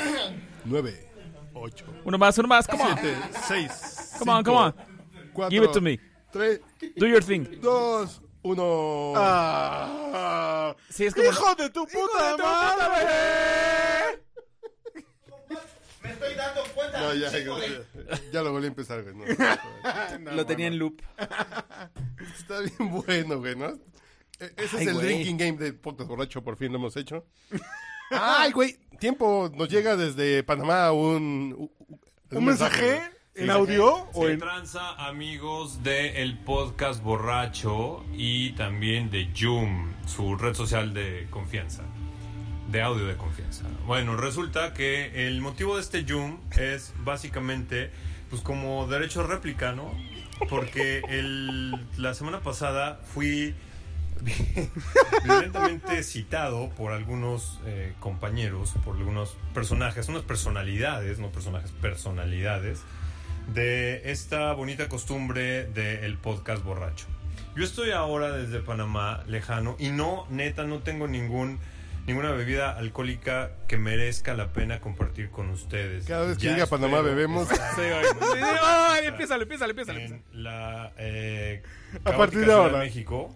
S4: 9, 8,
S3: Uno más, uno más. Come on.
S4: 7, 6.
S3: Come on, come on. Give it to me.
S4: 3,
S3: Do your thing.
S4: 2, 1.
S2: Ah,
S3: Sí, es como-
S2: ¡Hijo de tu puta madre!
S6: Me estoy dando cuenta.
S4: No, ya,
S6: chico, de-
S4: ya, ya lo volví a empezar, güey. No, está
S3: Lo tenía en loop.
S4: bien bueno, güey, ¿no? E- Ese
S3: Ay,
S4: es el
S3: güey.
S4: drinking game de Podcast Borracho, por fin lo hemos hecho. ¡Ay, güey! Tiempo, nos llega desde Panamá un... u- u-
S2: ¿Un mensaje? ¿En audio o
S9: ¿Qué
S2: en.?
S9: tranza, amigos de el podcast borracho y también de Joom, su red social de confianza, de audio de confianza? Bueno, resulta que el motivo de este Joom es básicamente, pues como derecho a réplica, ¿no? Porque el, la semana pasada fui violentamente citado por algunos eh, compañeros, por algunos personajes, unas personalidades, no personajes, personalidades, de esta bonita costumbre del podcast borracho. Yo estoy ahora desde Panamá, lejano, y no, neta, no tengo ningún ninguna bebida alcohólica que merezca la pena compartir con ustedes.
S4: Cada vez que
S9: Ya
S4: llega a Panamá
S9: espero
S4: bebemos.
S9: estar-
S3: ¡Ay, empiézale, empiézale, empiézale!
S9: en la eh,
S4: A partir de
S9: caótica Ciudad
S4: ahora.
S9: México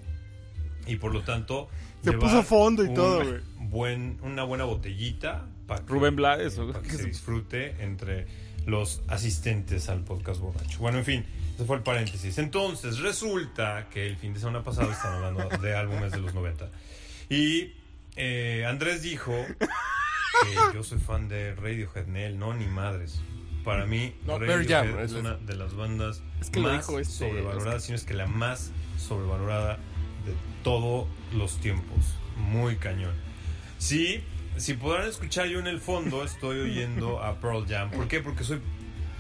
S9: y por lo tanto
S4: Se
S9: llevar
S4: puso fondo y
S9: un
S4: todo, güey.
S9: buen una buena botellita para
S3: Rubén Blades, o-
S9: que se disfrute entre los asistentes al podcast borracho bueno en fin ese fue el paréntesis entonces resulta que el fin de semana pasado están hablando de álbumes de los 90 y eh, Andrés dijo que yo soy fan de Radiohead Nel no ni madres para mí
S4: No, Pearl
S9: Radiohead
S4: Jam,
S9: es
S4: eso es.
S9: una de las bandas
S10: que lo
S9: más
S10: dijo este
S9: sobrevalorada, sino es que la más sobrevalorada de todos los tiempos. Muy cañón. Sí, si podrán escuchar yo en el fondo, estoy oyendo a Pearl Jam. ¿Por qué? Porque soy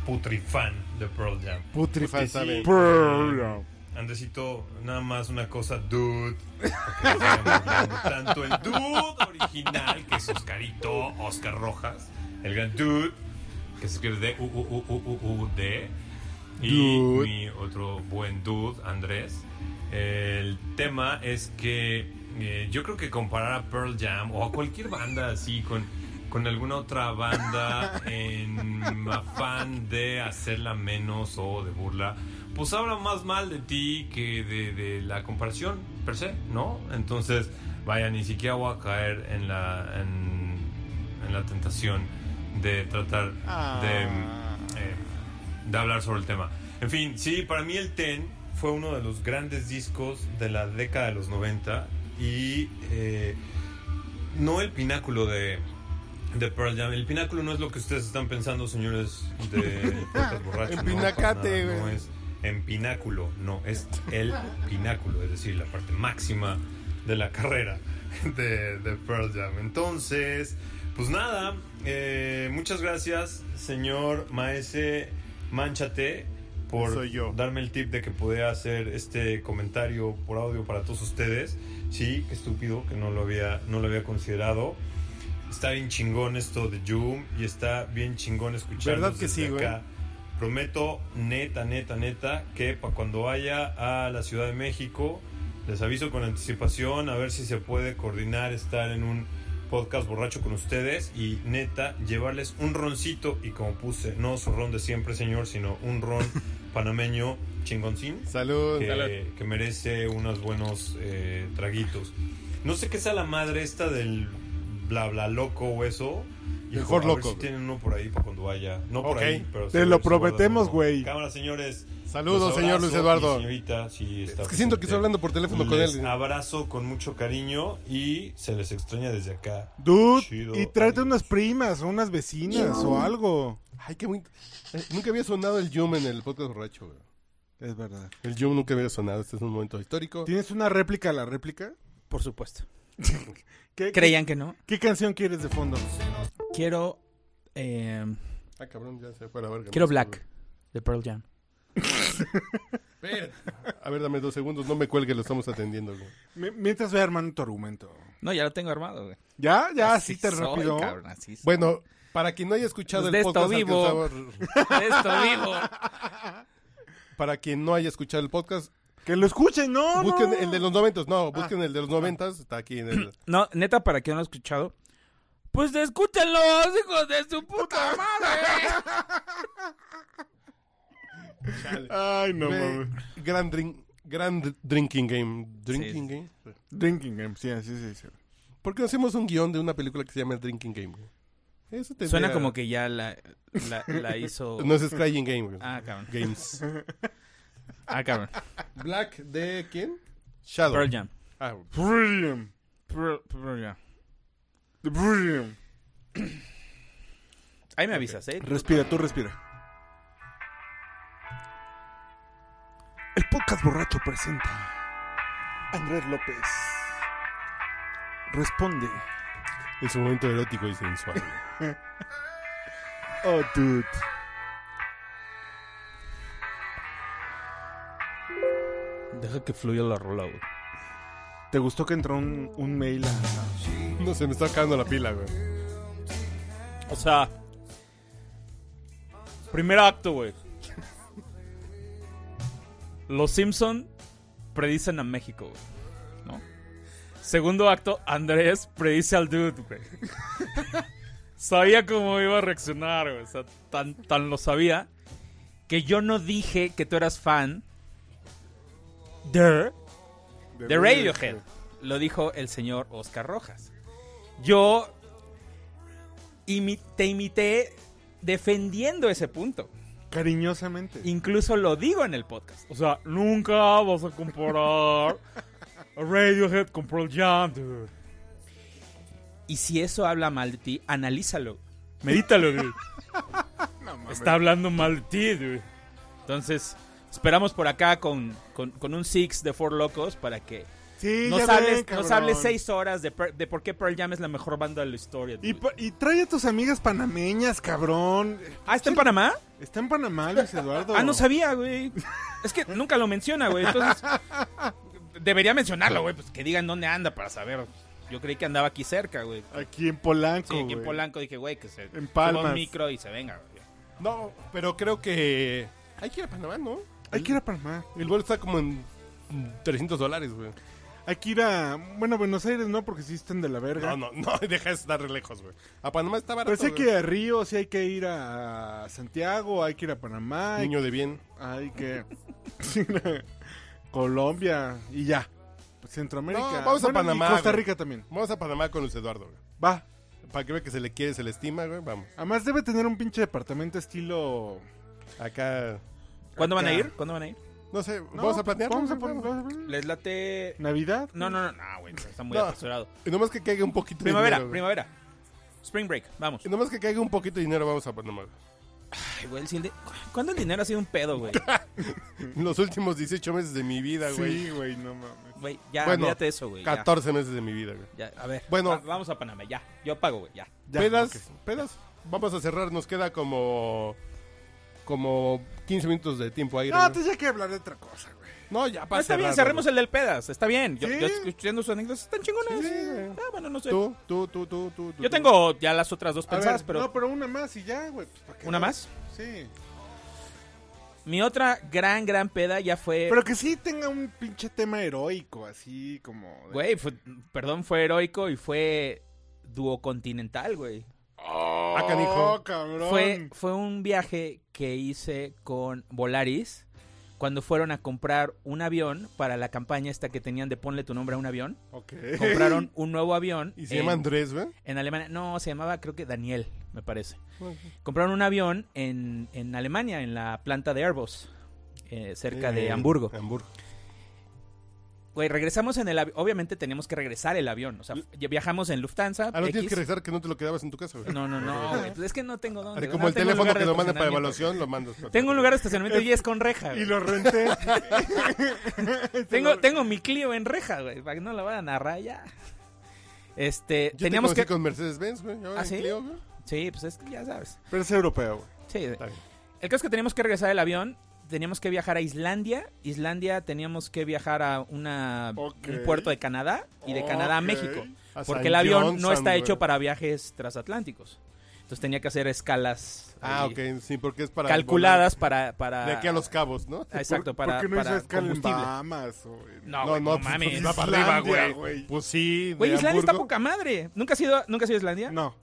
S9: putrifan de Pearl Jam.
S4: Putrifan,
S9: Porque
S4: sabe.
S2: Pearl Jam.
S9: Andresito, nada más una cosa, dude. Porque nos estamos viendo Tanto el dude original, que es Oscarito, Oscar Rojas, el gran dude, que se escribe de u u u u u u d y
S4: Dude.
S9: mi otro buen dude, Andrés. El tema es que eh, yo creo que comparar a Pearl Jam o a cualquier banda así con, con alguna otra banda en afán de hacerla menos o de burla, pues habla más mal de ti que de, de la comparación per se, ¿no? Entonces, vaya, ni siquiera voy a caer en la, en, en la tentación de tratar de... eh, de hablar sobre el tema. En fin, sí, para mí el Ten fue uno de los grandes discos de la década de los 90 y eh, no el pináculo de, de Pearl Jam. El pináculo no es lo que ustedes están pensando, señores de Podcast Borracho. no,
S4: Empinacate,
S9: para nada, No
S4: güey.
S9: es en pináculo, no, es el pináculo, es decir, la parte máxima de la carrera de, de Pearl Jam. Entonces, pues nada, eh, muchas gracias, señor Maese Manchate, por
S4: Soy yo.
S9: darme el tip de que podía hacer este comentario por audio para todos ustedes. Sí, qué estúpido que no lo había, no lo había considerado. Está bien chingón esto de Zoom y está bien chingón escuchar.
S4: ¿Verdad que sí, güey?
S9: Prometo, neta, neta, neta, que para cuando vaya a la Ciudad de México, les aviso con anticipación a ver si se puede coordinar estar en un podcast borracho con ustedes y neta llevarles un roncito y como puse, no su ron de siempre señor, sino un ron panameño chingoncín
S4: Salud.
S9: que, que merece unos buenos eh, traguitos. No sé qué sea la madre esta del bla bla loco o eso.
S4: Del
S9: Hijo,
S4: Hot
S9: a ver
S4: Loco.
S9: si tienen uno por ahí para cuando vaya. No por
S4: Ok,
S9: ahí, pero
S2: te
S9: seguro
S2: lo
S9: se guardan
S2: prometemos,
S9: uno.
S2: güey.
S9: Cámara, señores.
S4: Saludos,
S9: los
S4: señor
S9: abrazo
S4: Luis Eduardo.
S9: y señorita, sí, está
S4: Es que siento que estoy hablando por teléfono con
S9: Les
S4: él.
S9: Abrazo con mucho cariño y se les extraña desde acá.
S2: Dude,
S9: Chido.
S2: y tráete unas primas, unas vecinas o algo.
S4: Ay, qué bonito. Eh, Nunca había sonado el Yum en el podcast borracho, güey.
S2: Es verdad.
S4: El Yum nunca había sonado. Este es un momento histórico.
S2: ¿Tienes una réplica a la réplica?
S3: Por supuesto.
S2: ¿Qué,
S3: ¿Creían que no?
S2: ¿Qué canción quieres de fondo?
S3: Quiero. eh,
S4: Ah, cabrón, ya se fue a la verga.
S3: quiero
S4: No,
S3: Black, de Pearl Jam.
S4: Espérate. A ver, dame dos segundos. No me cuelgue, lo estamos atendiendo, güey.
S2: M- mientras voy armando tu argumento.
S3: No, ya lo tengo armado, güey.
S2: ¿Ya? ¿Ya? ¿Así, Ah, te
S3: soy,
S2: rápido?
S3: cabrón, así soy.
S4: Bueno, para quien no haya escuchado
S3: Pues
S4: el
S3: de esto
S4: podcast,
S3: vivo.
S4: alcanzaba-
S3: Esto vivo.
S4: para quien no haya escuchado el podcast,
S2: Que lo escuchen, no,
S4: busquen
S2: no. Ah.
S4: el de los noventas. No, busquen el de los noventas. Está aquí en el.
S3: No, neta, para quien no lo ha escuchado. Pues escúchenlo, hijos de su puta madre.
S2: Ay, no,
S4: Güey,
S2: mames.
S4: Gran drink, gran drinking game. Drinking game.
S2: Drinking Game, sí, sí, sí. sí.
S4: ¿Por qué no hacemos un guión de una película que se llama el Drinking Game? güey? Eso tendría-
S3: Suena como que ya la, la, la hizo.
S4: No es Scrying Game. güey.
S3: Ah, cabrón.
S4: Games.
S3: Ah, cabrón.
S4: Black de quién? Shadow.
S3: Pearl Jam.
S4: Ah,
S2: Brilliant.
S3: Pearl, Pearl Jam.
S2: Brilliant.
S3: Ahí me avisas, ¿eh?
S2: Respira, tú respira. El podcast borracho presenta Andrés López. Responde.
S4: es un momento erótico y sensual.
S2: Oh, dude.
S3: Deja que fluya la rola, güey.
S2: ¿Te gustó que entró un, un mail a-
S4: No se me está acabando la pila, güey.
S3: O sea. Primer acto, güey. Los Simpson predicen a México, güey, ¿no? Segundo acto, Andrés predice al dude, güey. sabía cómo iba a reaccionar, güey. O sea, tan, tan lo sabía que yo no dije que tú eras fan de, de Radiohead. Lo dijo el señor Oscar Rojas. Yo imi- te imité defendiendo ese punto.
S2: cariñosamente?
S3: Incluso lo digo en el podcast. O sea, nunca vas a comparar a Radiohead con Pearl Jam, dude. Y si eso habla mal de ti, analízalo. Medítalo, dude. Está hablando mal de ti, dude. Entonces, esperamos por acá con, con- con un Six de Four Locos para que
S2: Sí,
S3: nos
S2: ya ven,
S3: hables, nos
S2: cabrón.
S3: hables seis horas de, per- de por qué Pearl Jam es la mejor banda de la historia.
S2: Y,
S3: dude.
S2: pa- y trae a tus amigas panameñas, cabrón.
S3: ah, ¿está en Panamá?
S2: Está en Panamá, Luis Eduardo.
S3: Ah, no sabía, güey. Es que nunca lo menciona, güey. Entonces, debería mencionarlo, güey. Pues que digan dónde anda para saber. Yo creí que andaba aquí cerca, güey.
S2: Aquí en Polanco.
S3: Sí, aquí en
S2: güey.
S3: Polanco dije, güey, que se
S2: En
S3: suba
S2: Palmas.
S3: un micro y se venga, güey.
S4: No, pero creo que. Hay que ir a Panamá, ¿no?
S2: Hay que ir a Panamá.
S4: El vuelo está como en 300 dólares, güey.
S2: Hay que ir a. Bueno, Buenos Aires no, porque sí están de la verga.
S4: No, no, no, deja de estar re lejos, güey. A Panamá está barato.
S2: Pero sí hay
S4: güey.
S2: que ir a Río, sí hay que ir a Santiago, hay que ir a Panamá, hay,
S4: Niño de bien.
S2: hay que ir a Colombia y ya. Centroamérica.
S4: No, vamos a
S2: Bueno, y
S4: Panamá,
S2: Costa
S4: güey.
S2: Rica también.
S4: Vamos a Panamá con Luis Eduardo, güey.
S2: Va.
S4: Para que vea que se le quiere, se le estima, güey. Vamos.
S2: Además debe tener un pinche departamento estilo...
S4: Acá.
S3: ¿Cuándo van a
S2: Acá.
S3: ir? ¿Cuándo van a ir?
S4: No sé,
S2: No,
S4: vamos a planear.
S2: Vamos a poner... vamos a poner-
S3: Les late.
S2: Navidad.
S3: No, no, no, no, güey. pues, Está muy
S4: No.
S3: apresurado.
S4: Nomás que caiga un poquito de
S3: Primavera,
S4: dinero. güey.
S3: primavera. Spring break, vamos.
S4: Nomás que caiga un poquito de dinero, vamos a Panamá. güey.
S3: Ay, güey, el cine- ¿Cuándo el dinero ha sido un pedo, güey?
S4: Los últimos 18 meses de mi vida, güey.
S2: Mm. Sí, güey, no mames.
S3: Güey, ya,
S4: Bueno,
S3: olvídate de eso, güey. ya.
S4: 14 meses de mi vida, güey.
S3: Ya, a ver.
S4: Bueno.
S3: Bueno, vamos a Panamá, ya. Yo pago, güey, ya.
S2: Ya,
S4: pedas,
S2: ok.
S4: pedas. Vamos a cerrar, nos queda como. Como 15 minutos de tiempo aire.
S2: No,
S4: güey.
S2: entonces ya hay que hablar de otra cosa, güey.
S4: No, ya
S3: No,
S4: pasa.
S3: está bien, cerremos el del pedas. Está bien. Yo,
S2: Sí.
S3: yo escuchando sus anécdotas están chingones.
S4: Sí, güey.
S3: Ah, bueno, no sé.
S4: Tú, tú, tú, tú, tú. tú,
S3: Yo
S4: tú.
S3: tengo ya las otras dos
S2: A ver,
S3: pensadas, pero
S2: No, pero una más y ya, güey. pues, ¿para qué
S3: ¿una
S2: no?
S3: más? Eh.
S2: Sí.
S3: Mi otra gran, gran peda ya fue.
S2: Pero que sí tenga un pinche tema heroico, así como... de-
S3: Güey, fue- perdón, fue heroico y fue duocontinental, güey.
S4: Ah, canijo.
S2: Oh, cabrón.
S3: Fue, fue un viaje que hice con Volaris cuando fueron a comprar un avión para la campaña esta que tenían de ponle tu nombre a un avión.
S2: Ok. Eh,
S3: Compraron un nuevo avión.
S4: Y se
S3: en-
S4: llama Andrés, güey.
S3: En Alemania, no, se llamaba creo que Daniel, me parece. Compraron un avión en, en Alemania, en la planta de Airbus, eh, cerca de
S4: Eh,
S3: Hamburgo.
S4: Hamburgo.
S3: Güey, regresamos en el avión, obviamente teníamos que regresar el avión, o sea, ya viajamos en Lufthansa.
S4: Ah, no tienes
S3: X.
S4: que regresar que no te lo quedabas en tu casa, güey.
S3: No, no, no, güey, pues es que no tengo dónde.
S4: Así
S3: güey,
S4: como
S3: no
S4: el
S3: tengo
S4: teléfono
S3: lugar
S4: que
S3: de
S4: lo mandan para
S3: estacionamiento.
S4: evaluación, lo mandas.
S3: Tengo un lugar de estacionamiento y es con reja.
S2: Y
S3: güey.
S2: lo renté.
S3: Tengo, tengo mi Clio en reja, güey, para que no la vayan a raya. Este,
S4: Yo
S3: teníamos que...
S4: con Mercedes-Benz, güey. yo
S3: ¿Ah,
S4: en
S3: sí?
S4: Clio, güey.
S3: Sí, pues es que ya sabes.
S2: Pero es europeo, güey.
S3: Sí,
S4: Está bien.
S3: El caso es que teníamos que regresar del avión. Teníamos que viajar a Islandia. Islandia teníamos que viajar a una,
S2: Ok.
S3: un puerto de Canadá y de Canadá a
S2: Ok.
S3: México.
S4: A San
S3: Porque el avión no
S4: Johnson,
S3: está
S4: güey.
S3: hecho para viajes transatlánticos. Entonces tenía que hacer escalas
S4: Ah,
S3: ahí,
S4: ok, sí, porque es para.
S3: calculadas para, para...
S4: De aquí a los cabos, ¿no?
S3: Ah, Exacto, para,
S2: ¿Por qué no
S3: para
S2: hizo escala en
S3: combustible.
S2: Bahamas? o en-
S3: No, güey, no,
S4: pues,
S3: mames.
S4: pues, va para arriba,
S2: Islandia,
S4: güey.
S2: güey.
S4: Pues sí, de
S3: Güey, Islandia está
S4: Hamburgo.
S3: poca madre. ¿Nunca has ido, ¿Nunca has ido a Islandia?
S2: No.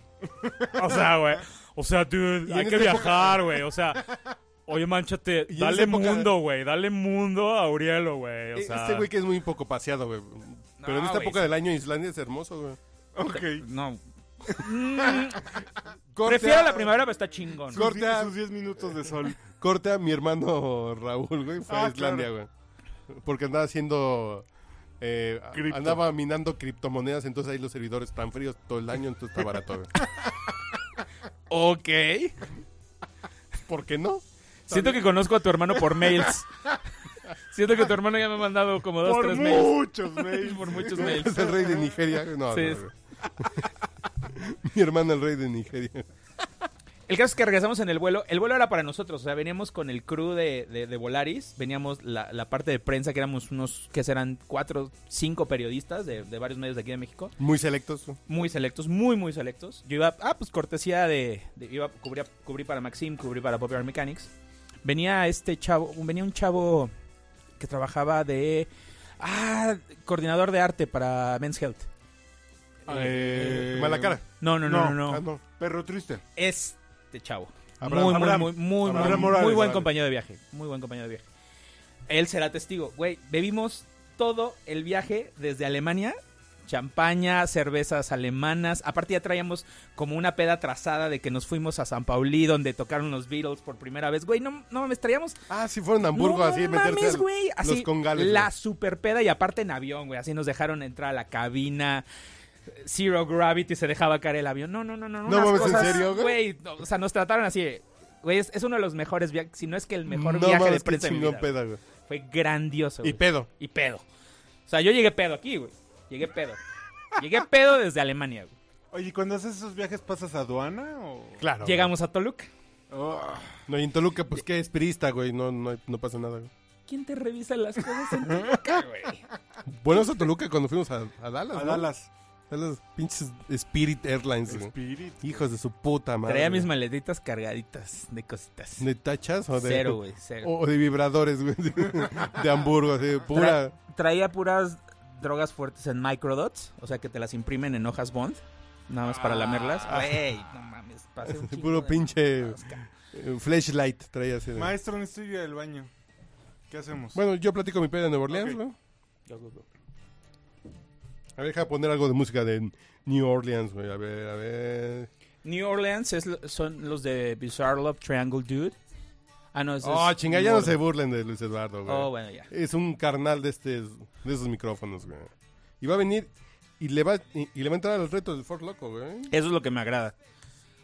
S3: O sea, güey. O sea, dude,
S4: hay que viajar,
S3: güey. O sea, oye, manchate,
S4: en dale esa época- mundo,
S3: güey. Dale mundo a Aurielo, güey.
S4: Eh, Este güey que es muy poco paseado, güey. Pero en esta
S3: güey,
S4: época
S3: sí.
S4: del año Islandia es hermoso, güey.
S2: Ok.
S3: No.
S4: Corte
S3: Prefiero
S4: a-
S3: la primavera, pero está chingón.
S2: Sus
S4: Corte a-
S2: die- Sus 10 minutos de sol.
S4: Corte a mi hermano Raúl, güey. Fue a
S2: Ah,
S4: Islandia, güey. Porque andaba haciendo. eh, a-
S2: Cripto.
S4: andaba minando criptomonedas, entonces ahí los servidores están fríos todo el año, entonces está barato, güey.
S3: Ok.
S4: ¿Por qué no?
S3: Siento que conozco a tu hermano por mails. Siento que tu hermano ya me ha mandado como dos,
S2: Por
S3: tres mails.
S2: muchos, güey.
S3: Por muchos mails.
S4: Es el rey de Nigeria. No,
S3: Sí,
S4: no,
S3: es-
S4: güey. Mi hermano el rey de Nigeria.
S3: El caso es que regresamos en el vuelo. El vuelo era para nosotros. O sea, veníamos con el crew de, de, de Volaris. Veníamos la, la parte de prensa, que éramos unos, que serán cuatro, cinco periodistas de, de varios medios de aquí de México.
S4: Muy selectos. ¿no?
S3: Muy selectos, muy, muy selectos. Yo iba, ah, pues cortesía de. de- iba, cubría, cubrí para Maxim, cubrí para Popular Mechanics. Venía este chavo, venía un chavo que trabajaba de. Ah, coordinador de arte para Men's Health.
S2: Eh,
S4: mala cara.
S3: Ah, No, no, no, no. no.
S4: Ah, no.
S2: Perro triste.
S3: Este chavo.
S4: Abraham-
S3: muy, muy,
S4: Abraham-
S3: muy, muy,
S4: Abraham
S3: muy,
S4: Morales,
S3: muy buen
S4: vale.
S3: compañero de viaje. Muy buen compañero de viaje. Él será testigo. Güey, bebimos todo el viaje desde Alemania. Champaña, cervezas alemanas. Aparte ya traíamos como una peda trazada de que nos fuimos a San Paulí donde tocaron los Beatles por primera vez. Güey, no, no mames, traíamos
S4: Ah, sí, fueron a Hamburgo
S3: no
S4: así, meterse
S3: mames,
S4: al-
S3: güey. Así,
S4: los congales.
S3: La
S4: güey.
S3: super peda y aparte en avión, güey. Así nos dejaron entrar a la cabina. Zero Gravity se dejaba caer el avión. No, no, no, no.
S4: No
S3: unas
S4: mames, ¿en
S3: cosas,
S4: serio, güey?
S3: no, o sea, nos trataron así. Güey, es, es uno de los mejores viajes, si no es que el mejor
S4: No
S3: viaje
S4: mames,
S3: de
S4: qué
S3: prensa de mi
S4: chingón
S3: vida, güey.
S4: peda, güey.
S3: Fue grandioso,
S4: Y
S3: güey.
S4: pedo.
S3: Y pedo. O sea, yo llegué pedo aquí, güey. Llegué pedo. Llegué pedo desde Alemania, güey.
S2: Oye, ¿y cuando haces esos viajes pasas a aduana o...?
S4: Claro.
S3: Llegamos a Toluca.
S2: Oh,
S4: güey. No, y en Toluca, pues qué es pirista, güey. No, no, no pasa nada, güey.
S3: ¿Quién te revisa las cosas en Toluca, güey?
S4: Buenos a Toluca cuando fuimos a, a Dallas.
S2: a
S4: ¿no?
S2: Dallas.
S4: Dallas, pinches Spirit Airlines, güey.
S2: Spirit.
S4: Hijos de su puta madre.
S3: Traía mis
S4: güey.
S3: maletitas cargaditas de cositas.
S4: ¿De tachas o de.?
S3: Cero, güey, cero.
S4: O, o de vibradores, güey. De Hamburgo, así, pura.
S3: Tra- traía puras drogas fuertes en microdots, o sea que te las imprimen en hojas Bond, nada más para lamerlas. Güey, no mames, pasé un chingo
S4: Ah. Puro
S3: de
S4: pinche.
S3: mosca.
S4: eh, Flashlight traía así. de-
S2: Maestro, necesito ir al baño. ¿Qué hacemos?
S4: Bueno, yo platico mi peda de Nueva Orleans,
S2: Ok.
S4: güey. A ver, deja poner algo de música de New Orleans, güey. A ver, a ver.
S3: New Orleans es lo- son los de Bizarre Love Triangle Dude. Ah, no, ese es.
S4: Oh, chinga, ya
S3: New
S4: no se
S3: Orleans.
S4: burlen de Luis Eduardo, güey.
S3: Oh, bueno, ya.
S4: Es un carnal de, este, de esos micrófonos, güey. Y va a venir y le va, y, y le va a entrar al reto del Ford Loco, güey.
S3: Eso es lo que me agrada.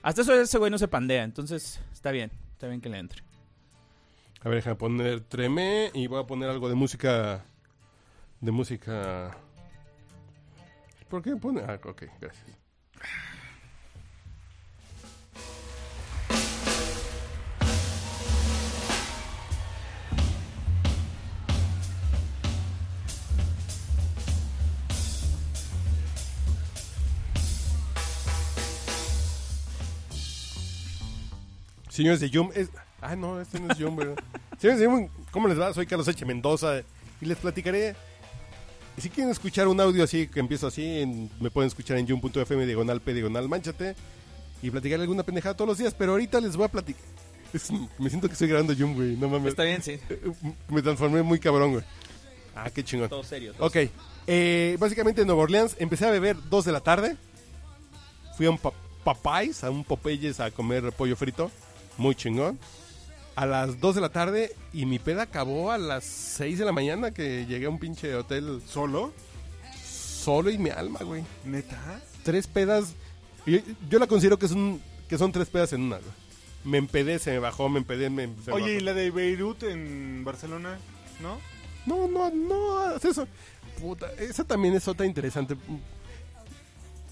S3: Hasta eso ese güey no se pandea, entonces está bien, está bien que le entre.
S4: A ver, deja poner Tremé y voy a poner algo de música. De música. ¿Por qué pone? Ah, ok, gracias. Señores de Yum, es... ah no, este no es Yum, ¿verdad? Señores de Yum, ¿cómo les va? Soy Carlos H. Mendoza y les platicaré. Si quieren escuchar un audio así que empieza así, en- me pueden escuchar en yum.fm diagonal p diagonal manchate y platicaré alguna pendejada todos los días, pero ahorita les voy a platicar. Es- me siento que estoy grabando Yum, güey, no mames.
S3: Está bien, sí.
S4: Me transformé muy cabrón, güey. Ah, qué chingón.
S3: Todo serio. todo
S4: Ok, eh, básicamente en Nueva Orleans empecé a beber 2 de la tarde. Fui a un pa- Popeyes, a un Popeyes a comer pollo frito. Muy chingón. A las 2 de la tarde y mi peda acabó a las 6 de la mañana que llegué a un pinche hotel
S2: ¿Solo?
S4: solo y mi alma, güey.
S2: ¿Neta?
S4: Tres pedas. Yo, yo la considero que, es un, que son tres pedas en una, güey. Me empedé, se me bajó, me empedé, me... se me
S2: Oye,
S4: bajó.
S2: ¿y la de Beirut en Barcelona? ¿No?
S4: No, no, no hagas eso. Puta, esa también es otra interesante.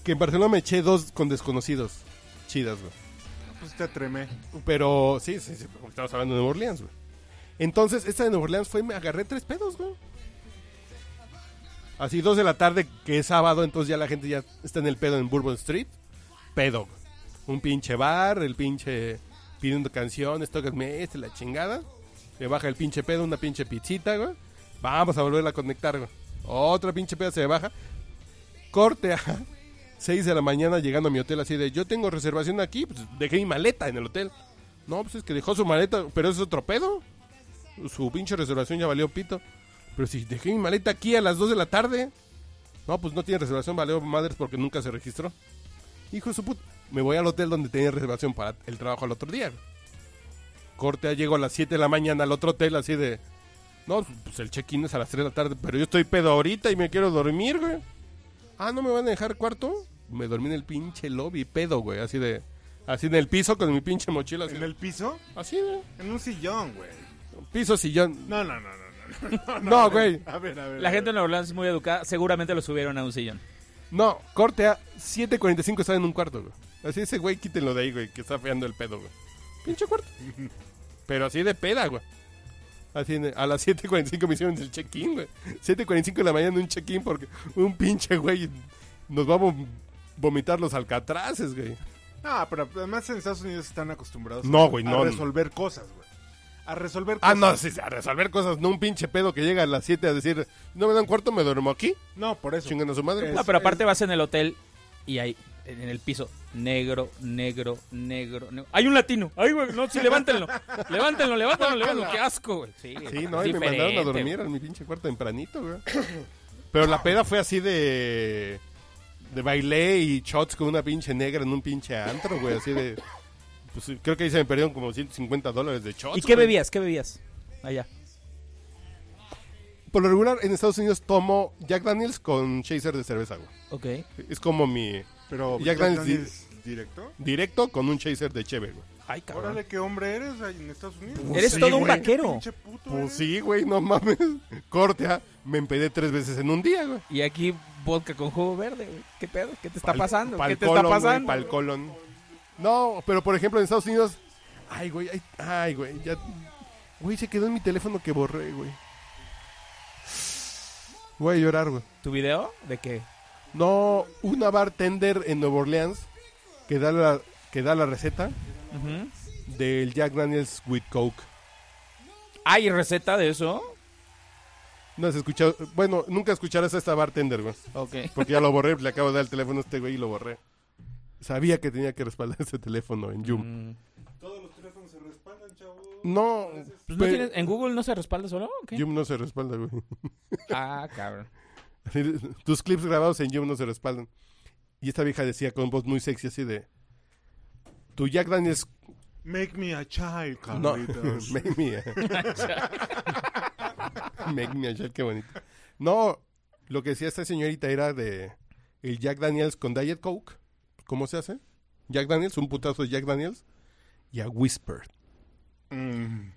S4: Que en Barcelona me eché dos con desconocidos. Chidas, güey.
S2: Pues te atremé.
S4: Pero sí, sí, sí, estamos hablando de Nueva Orleans, güey. Entonces, esta de Nueva Orleans fue, me agarré tres pedos, güey. Así, dos de la tarde, que es sábado, entonces ya la gente ya está en el pedo en Bourbon Street. Pedo. güey. Un pinche bar, el pinche pidiendo canciones, tócame este, la chingada. Le baja el pinche pedo, una pinche pizzita, güey. Vamos a volverla a conectar, güey. Otra pinche peda se baja. Corte a 6 de la mañana llegando a mi hotel así de, yo tengo reservación aquí, pues dejé mi maleta en el hotel. No, pues es que dejó su maleta, pero eso es otro pedo. Su pinche reservación ya valió pito. Pero si dejé mi maleta aquí a las 2 de la tarde. No, pues no tiene reservación, valió madres porque nunca se registró. Hijo de su puta. Me voy al hotel donde tenía reservación para el trabajo al otro día. Corte, ya llego a las 7 de la mañana al otro hotel así de... No, pues el check-in es a las 3 de la tarde, pero yo estoy pedo ahorita y me quiero dormir, güey. Ah, ¿no me van a dejar cuarto? Me dormí en el pinche lobby, pedo, güey, así de... Así en el piso con mi pinche mochila. Así,
S2: ¿En el piso?
S4: así güey.
S2: En un sillón, güey.
S4: Piso, sillón.
S2: No, no, no, no, no. No,
S4: No, güey.
S2: A ver, a ver.
S3: La
S2: a
S3: gente
S2: ver.
S3: en Nueva Orleans es muy educada, seguramente lo subieron a un sillón.
S4: No, corte a 7.45 estaba en un cuarto, güey. Así ese güey, quítenlo de ahí, güey, que está feando el pedo, güey. Pinche cuarto. Pero así de peda, güey. Así en- a las 7.45 me hicieron el check-in, güey. 7.45 de la mañana un check-in porque un pinche güey nos va a vom- vomitar los alcatraces, güey.
S2: No, pero además en Estados Unidos están acostumbrados
S4: No,
S2: a-
S4: güey,
S2: a
S4: no.
S2: resolver cosas, güey. A resolver
S4: Ah,
S2: cosas.
S4: no, sí, sí, a resolver cosas, no un pinche pedo que llega a las 7 a decir, no me dan cuarto, me duermo aquí.
S2: No, por eso.
S4: Chingan a su madre.
S3: No, pero aparte vas en el hotel y hay en el piso negro, negro, negro, negro. Hay un latino. Ay, güey, no, sí, levántenlo. levántenlo, levántenlo, levántenlo. Qué asco, güey. Sí,
S4: Sí, no, y me mandaron a dormir en mi pinche cuarto tempranito, güey. Pero la peda fue así de. De bailé y shots con una pinche negra en un pinche antro, güey. Así de. Pues sí, creo que ahí se me perdieron como 150 dólares de shots.
S3: ¿Y qué
S4: güey.
S3: bebías? ¿Qué bebías? Allá.
S4: Por lo regular, en Estados Unidos tomo Jack Daniels con chaser de cerveza, güey.
S3: Ok.
S4: Es como mi.
S2: Pero
S4: Jack Daniels di-
S2: directo.
S4: directo con un chaser de cheve, güey.
S3: Ay, cabrón.
S2: Órale, qué hombre eres ahí en Estados Unidos.
S4: Pues Eres sí, todo un güey.
S3: vaquero.
S2: Pinche puto eh.
S4: Pues
S2: eres.
S4: sí, güey, no mames. Corte, ah, me empedé tres veces en un día, güey.
S3: Y aquí vodka con jugo verde, güey. ¿Qué pedo? ¿Qué te está
S4: Pal-
S3: pasando?
S4: pal
S3: ¿Qué te
S4: colon,
S3: está
S4: güey,
S3: pasando?
S4: pal colon. No, pero por ejemplo en Estados Unidos. Ay, güey, ay, ay, güey, ya. Güey, se quedó en mi teléfono que borré, güey. Voy a llorar, güey.
S3: ¿Tu video? ¿De qué?
S4: No, una bartender en Nueva Orleans que da la, que da la receta
S3: Ujú.
S4: del Jack Daniels with Coke.
S3: ¿Hay receta de eso?
S4: No has escuchado. Bueno, nunca escucharás a esta bartender, güey.
S3: Ok.
S4: Porque ya lo borré, le acabo de dar el teléfono a este güey y lo borré. Sabía que tenía que respaldar ese teléfono en Zoom.
S3: Mm.
S2: Todos los teléfonos se respaldan, chavo.
S4: No,
S3: Pues, ¿no
S4: pe-
S3: tienes- ¿En Google no se respalda solo? o qué?
S4: Yum no se respalda, güey.
S3: Ah, cabrón.
S4: Tus clips grabados en Yum no se respaldan. Y esta vieja decía con voz muy sexy así de... Tu Jack Daniels...
S2: Make me a child,
S4: No,
S2: Carlitos.
S4: make me a... make me a Jack, qué bonito. No, lo que decía esta señorita era de... El Jack Daniels con Diet Coke. ¿Cómo se hace? Jack Daniels, un putazo de Jack Daniels. Y a Whisper
S2: Mm.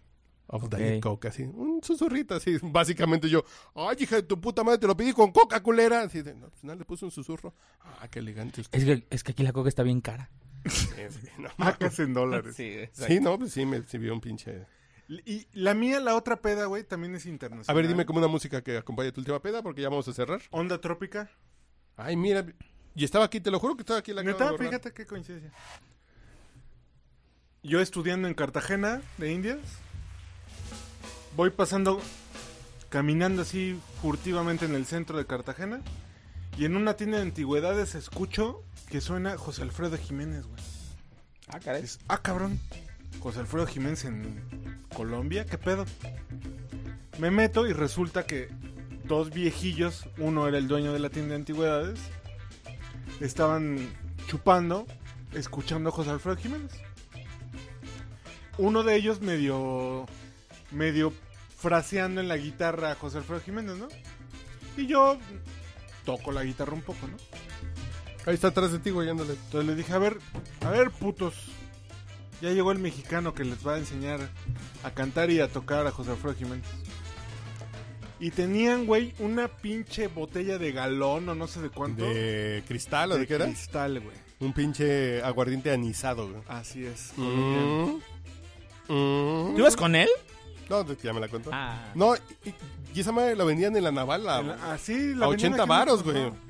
S4: of
S3: Ok.
S4: Diet Coke, así. Un susurrito, así. Básicamente yo, ay, hija de tu puta madre, te lo pedí con coca, culera. Así de, no, pues nada, le puse un susurro. Ah, qué elegante usted.
S3: Es que, es que aquí la coca está bien cara.
S4: es, no,
S2: Marcas en dólares.
S4: sí, no, pues sí, me sirvió un pinche.
S2: Y la mía, la otra peda, güey, también es internacional.
S4: A ver, dime como una música que acompañe tu última peda, porque ya vamos a cerrar.
S2: Onda Trópica.
S4: Ay, mira. Y estaba aquí, te lo juro que estaba aquí en la
S2: Neta,
S4: acabo de borrar.
S2: fíjate qué coincidencia. Yo estudiando en Cartagena, de Indias, voy pasando, caminando así furtivamente en el centro de Cartagena, y en una tienda de antigüedades escucho que suena José Alfredo Jiménez, güey.
S3: Ah, caray.
S2: Dices, ah, cabrón, José Alfredo Jiménez en Colombia, ¿qué pedo? Me meto y resulta que dos viejillos, uno era el dueño de la tienda de antigüedades, estaban chupando, escuchando a José Alfredo Jiménez. Uno de ellos medio, medio fraseando en la guitarra a José Alfredo Jiménez, ¿no? Y yo toco la guitarra un poco, ¿no?
S4: Ahí está atrás de ti, güey, ándale.
S2: Entonces les dije, a ver, a ver, putos. Ya llegó el mexicano que les va a enseñar a cantar y a tocar a José Alfredo Jiménez. Y tenían, güey, una pinche botella de galón o no sé de cuánto.
S4: ¿De cristal o de,
S2: de
S4: qué era?
S2: cristal, güey.
S4: Un pinche aguardiente anisado, güey.
S2: Así es. colombiano.
S4: Mm. Mm.
S3: ¿Tú ibas con él?
S4: No, te- ya me la cuento.
S3: Ah.
S4: No, y, y- y esa madre la vendían en la naval a,
S2: En la- Así la
S4: a
S2: vendían
S4: 80
S2: aquí en
S4: varos,
S2: México,
S4: güey.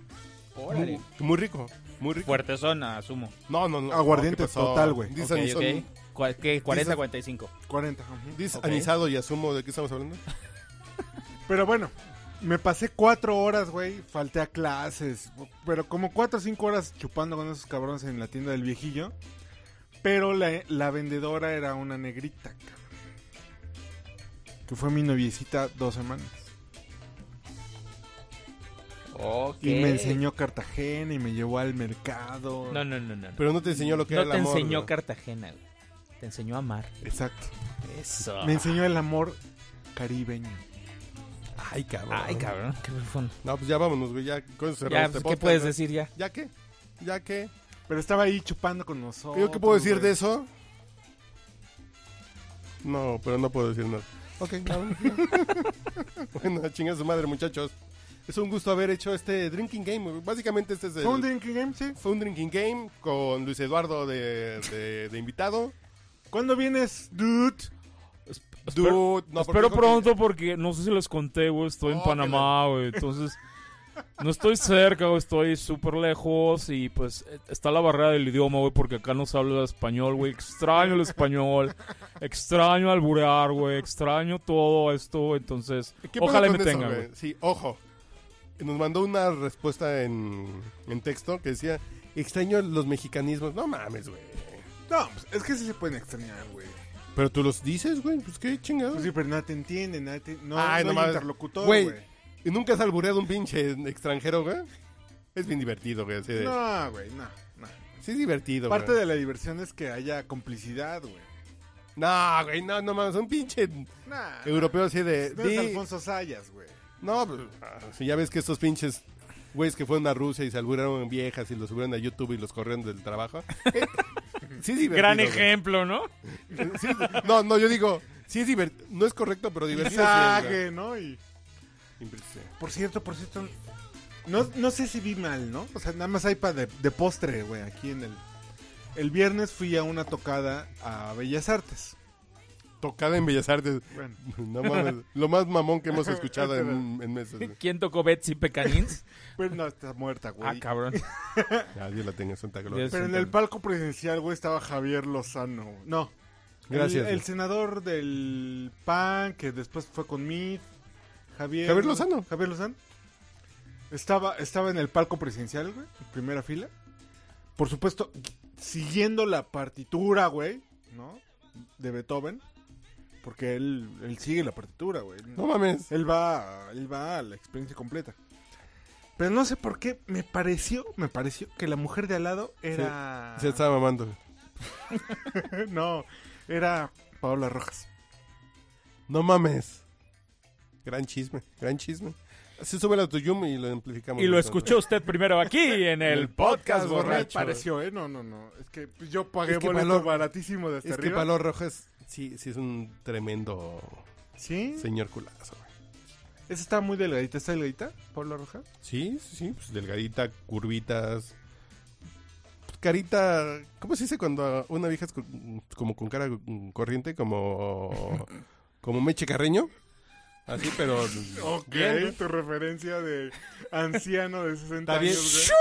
S2: ¿no?
S3: Órale.
S4: Muy rico, muy rico.
S3: Fuerte zona, asumo.
S4: No, no, no.
S2: Aguardiente
S4: ¿qué pasó?
S2: total, güey.
S4: Dice
S3: Ok,
S4: anisado,
S3: ok. Cu- ¿Qué? 40,
S4: Dices-
S3: 45.
S2: 40. ajá.
S4: dice
S3: Ok.
S4: anisado y asumo de qué estamos hablando.
S2: Pero bueno, me pasé cuatro horas, güey. Falté a clases. Pero como cuatro o cinco horas chupando con esos cabrones en la tienda del viejillo. Pero la, la vendedora era una negrita, cabrón. Que fue mi noviecita dos semanas. Y me enseñó Cartagena y me llevó al mercado.
S3: No, no, no, no. No,
S4: Pero no te enseñó lo que
S3: No
S4: era
S3: te
S4: el amor.
S3: enseñó
S4: güey.
S3: Cartagena, güey. Te enseñó a amar.
S2: Exacto.
S1: Ah.
S3: Eso.
S2: Me enseñó el amor caribeño.
S4: Ay, cabrón.
S3: Ay, cabrón. Qué bufón.
S4: No, pues ya vámonos, güey. Ya con
S3: Ya,
S4: eso cerramos este
S3: pues, ¿qué
S4: podcast,
S3: puedes
S4: güey.
S3: decir ya?
S4: ¿Ya qué? ¿Ya qué?
S2: Pero estaba ahí chupando con nosotros.
S4: ¿Yo qué puedo decir
S2: güey.
S4: de eso? No, pero no puedo decir nada. Ok, cabrón. bueno, chinga su madre, muchachos. Es un gusto haber hecho este Drinking Game. Básicamente este es el...
S2: ¿Fue un drinking game, sí?
S4: Fue un Drinking Game con Luis Eduardo de, de- de invitado.
S2: ¿Cuándo vienes, dude?
S4: Dude, no, porque
S10: Espero
S4: creo que-
S10: pronto porque no sé si les conté, güey. Estoy en
S4: Oh,
S10: Panamá, güey. Entonces, no estoy cerca, güey. Estoy súper lejos. Y pues eh, está la barrera del idioma, güey. Porque acá no se habla español, güey. Extraño el español. Extraño alburear, güey. Extraño todo esto. Entonces,
S4: ¿Qué pasa
S10: ojalá
S4: con
S10: me
S4: eso,
S10: tengan,
S4: güey?
S10: güey.
S4: Sí, ojo. Nos mandó una respuesta en, en texto que decía, extraño los mexicanismos. No mames, güey.
S2: No, pues, es que sí se pueden extrañar, güey.
S4: Pero tú los dices, güey. Pues qué chingado.
S2: Pues sí, pero nada te entiende, nada te... No,
S4: Ay,
S2: no,
S4: no
S2: hay
S4: mames.
S2: interlocutor,
S4: Güey.
S2: güey.
S4: ¿Y nunca has albureado un pinche extranjero, güey? Es bien divertido, güey. así de-
S2: No, güey, no, no.
S4: Sí es divertido,
S2: Parte
S4: güey.
S2: de la diversión es que haya complicidad, güey.
S4: No, güey, no, no mames. Un pinche
S2: Nah,
S4: europeo así de...
S2: no es
S4: "Di-
S2: Alfonso Sayas, güey.
S4: No, pues, ah, si ya ves que estos pinches güeyes que fueron a Rusia y se alburaron viejas y los subieron a YouTube y los corrieron del trabajo. Eh, sí es divertido,
S10: Gran
S4: güey.
S10: ejemplo, ¿no?
S4: Sí es- no, no, yo digo, sí es divertido. No es correcto, pero divertido. sí es, güey.
S2: Mensaje, ¿no? Y,
S4: Impresionante.
S2: por cierto, por cierto... No, no sé si vi mal, ¿no? O sea, nada más hay para de, de postre, güey, aquí en el... El viernes fui a una tocada a Bellas Artes.
S4: Tocada en Bellas Artes.
S2: Bueno.
S4: No mames, lo más mamón que hemos escuchado en, en meses. güey.
S10: ¿Quién tocó Betsy Pecanins?
S2: Pero Pues no, está muerta, güey.
S10: ah, cabrón.
S4: Ya, Dios la tenga en Santa Gloria.
S10: Dios.
S2: Pero en el palco presidencial, güey, estaba Javier Lozano. No. el-
S4: Gracias,
S2: El,
S4: güey.
S2: senador del PAN, que después fue con Mid. Javier,
S4: Javier Lozano.
S2: Javier Lozano. Estaba, estaba en el palco presidencial, güey, en primera fila. Por supuesto, siguiendo la partitura, güey, ¿no? De Beethoven. Porque él, él sigue la partitura, güey.
S4: No mames.
S2: Él va, él va a la experiencia completa. Pero no sé por qué me pareció, me pareció que la mujer de al lado era
S4: Se estaba mamando.
S2: no, era Paola Rojas.
S4: No mames. Gran chisme, gran chisme. Así sube a tu Yum y lo amplificamos.
S10: Y lo
S4: nosotros.
S10: escuchó usted primero aquí en el podcast
S2: Me
S10: borracho.
S2: pareció, eh, no, no, no, es que pues, yo pagué
S4: Es que
S2: boleto
S4: Palo-
S2: baratísimo de hasta
S4: Es que
S2: arriba.
S4: Palo Rojas sí, sí es un tremendo
S2: Sí,
S4: señor culazo. güey.
S2: esa está muy delgadita, está delgadita, Paola Rojas.
S4: Sí, sí, sí, pues delgadita, curvitas. pues, Carita, ¿cómo se dice cuando una vieja es cu- como con cara mm, corriente? Como como Meche Carreño. Así, pero
S2: Ok, tu referencia de anciano de 60
S4: Está bien.
S2: años.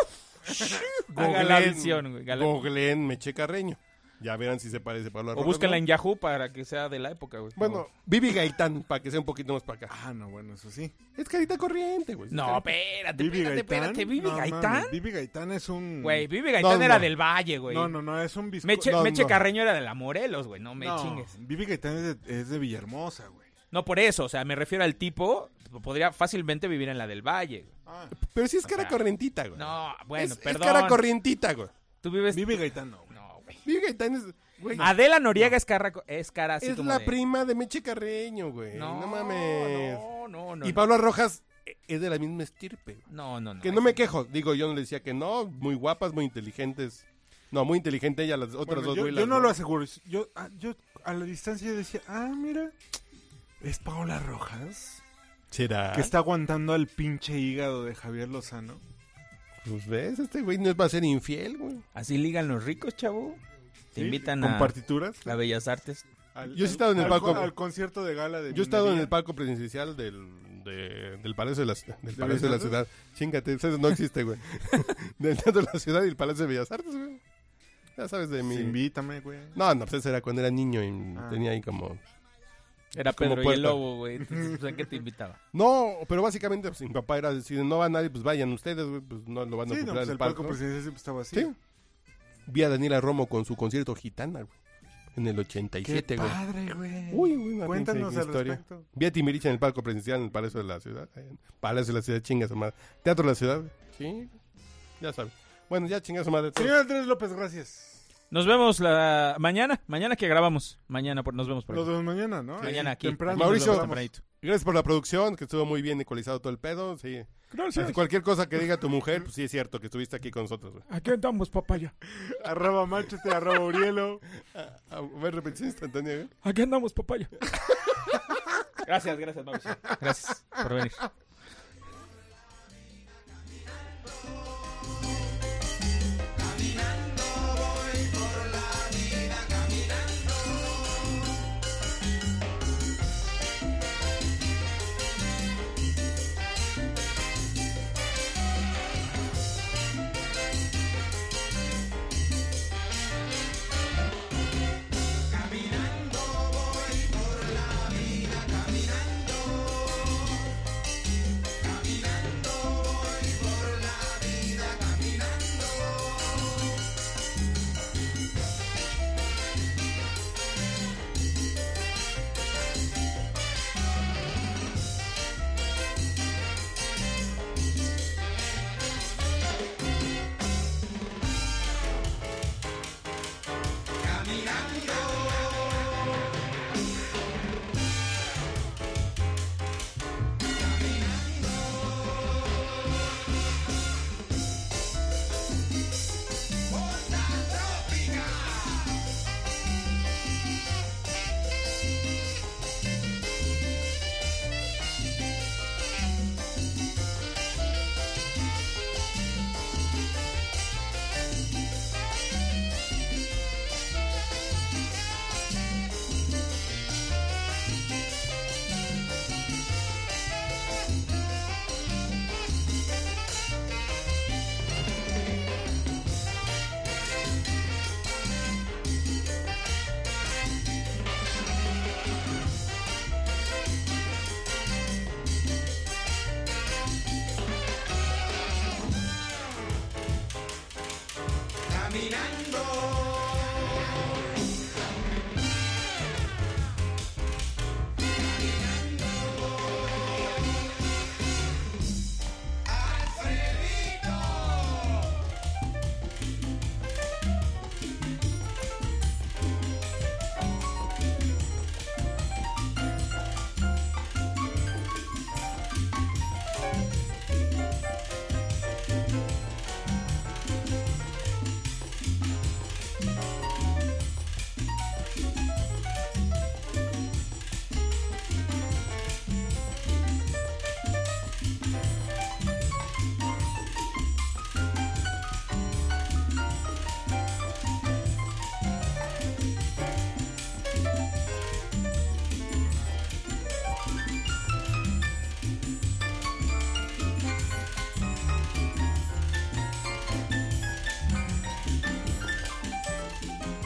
S10: Haga la visión, güey, haga la-
S4: Googleen Meche Carreño. Ya verán si se parece a Pablo
S3: O
S4: Rojas,
S3: búscala
S4: ¿no?
S3: en Yahoo para que sea de la época, güey.
S4: Bueno, Vivi Gaitán, para que sea un poquito más para acá.
S2: Ah, no, bueno, eso sí.
S4: Es carita corriente, güey.
S3: No, espérate,
S2: Vivi
S3: espérate,
S2: Gaitán.
S3: espérate. ¿Vivi
S2: No,
S3: Gaitán?
S2: mames, Vivi Gaitán es un
S3: Güey, Vivi Gaitán
S4: Mm. No,
S3: era
S4: no.
S3: del Valle, güey.
S2: No, no, no, es un bizco-
S3: Meche,
S4: No,
S3: Meche
S4: no.
S3: Carreño era de la Morelos, güey. No me
S2: No,
S3: chingues.
S2: Vivi Gaitán es de, es de Villahermosa, güey.
S3: No por eso, o sea, me refiero al tipo. Podría fácilmente vivir en la del Valle. güey.
S4: Pero sí es cara
S3: sea,
S4: corrientita, güey.
S3: No,
S4: Es-
S3: bueno,
S4: es,
S3: perdón.
S4: cara corrientita, güey.
S3: Tú vives.
S2: Vivi Gaitán no, güey.
S3: No, güey.
S4: Vivi Gaitán es, güey,
S3: Adela Noriega es, cara, es cara así
S4: es
S3: como
S4: la
S3: de-
S4: prima de Meche Carreño, güey. No, mames.
S3: No, no, no.
S4: y
S3: no.
S4: Pablo Rojas eh, es de la misma estirpe, güey.
S3: No, no, no.
S4: Que no me quejo. Digo, yo no le decía que no. Muy guapas, muy inteligentes. No, muy inteligente ella, las otras
S2: Bueno,
S4: dos
S2: yo,
S4: güeyes.
S2: yo no lo aseguro. Yo, ah, yo a la distancia yo decía, ah, mira, es Paola Rojas.
S4: ¿Será?
S3: Ah.
S2: Que está aguantando al pinche hígado de Javier Lozano.
S4: Pues ves, este güey no va a ser infiel, güey.
S3: Así ligan los ricos, chavo.
S2: ¿sí?
S3: Te invitan
S2: Con
S3: a
S2: partituras.
S3: la Bellas Artes.
S2: Al-
S4: Yo sí he
S2: al-
S4: estado en el
S2: al-
S4: palco.
S2: Al concierto de gala de.
S4: Yo he estado en
S2: Minería.
S4: el palco presidencial del, de- del Palacio de la, Ciudad- del Palacio de la
S2: Bellas
S4: Ciudad. Chingate, eso no existe, güey. del Teatro de la Ciudad y el Palacio de Bellas Artes, güey. Ya sabes de
S2: Sí,
S4: mi...
S2: Invítame, güey.
S4: No, no, pues ese era cuando era niño y
S2: Ah.
S4: tenía ahí como...
S3: Era
S4: Como
S3: Pedro y
S4: puerta.
S3: el Lobo, güey. Entonces, pues, ¿a qué te invitaba?
S4: No, pero básicamente pues, mi papá era decir, no va nadie, pues vayan ustedes, güey, pues no lo van a
S2: Sí, no,
S4: ocupar
S2: pues
S4: el
S2: el palco
S4: palco.
S2: presidencial siempre estaba así.
S4: Sí. Vi a Daniela Romo con su concierto Gitana, güey. En el
S2: Qué
S4: 87, güey.
S2: padre, güey.
S4: Uy, uy, una
S2: Cuéntanos
S4: pinche
S2: al
S4: historia.
S2: respecto.
S4: Vi a Timbiriche en el palco presidencial en el Palacio de la Ciudad. eh, En Palacio de la Ciudad, chinga su madre. Teatro de la Ciudad, sí. Ya sabes. Bueno, ya chinga su madre.
S2: Señor Andrés López, gracias.
S3: Nos vemos la mañana, mañana que grabamos. Mañana por- nos vemos por
S2: Los
S3: aquí.
S2: dos mañana, ¿no?
S3: Mañana
S2: Ahí,
S3: aquí.
S2: Temprano.
S4: Mauricio.
S2: Nos vemos.
S3: Tempranito.
S4: Gracias por la producción, que estuvo muy bien ecualizado todo el pedo. Sí. Así, cualquier cosa que diga tu mujer, pues sí es cierto que estuviste aquí con nosotros. güey.
S10: Aquí andamos, papaya.
S2: Arroba Manchete, arroba Urielo. Ah,
S4: A ver, repetición instantánea. güey.
S10: Aquí andamos, papaya.
S3: Gracias, gracias, Mauricio. Gracias por venir.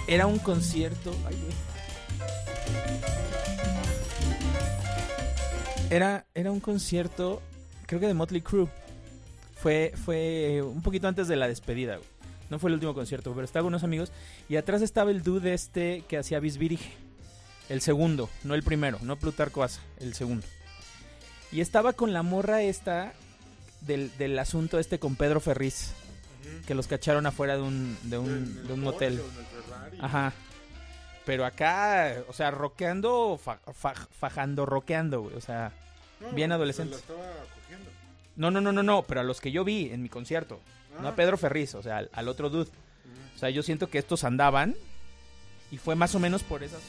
S1: Era un concierto. ay, güey. Era, era un concierto, creo que de Motley Crue. Fue, fue un poquito antes de la despedida, güey. No fue el último concierto, pero estaba con unos amigos. Y atrás estaba el dude este que hacía Bisbirige. El segundo, no el primero, no Plutarco Asa, el segundo. Y estaba con la morra esta del, del asunto este con Pedro Ferriz. Que los cacharon afuera de un, de un, de un motel. Ajá. Pero acá, o sea, roqueando, fa- fa- fajando, roqueando, güey. O sea, bien adolescentes. No, no, no, no, no, pero a los que yo vi en mi concierto. No a Pedro Ferriz, o sea, al, al otro dude. O sea, yo siento que estos andaban y fue más o menos por esas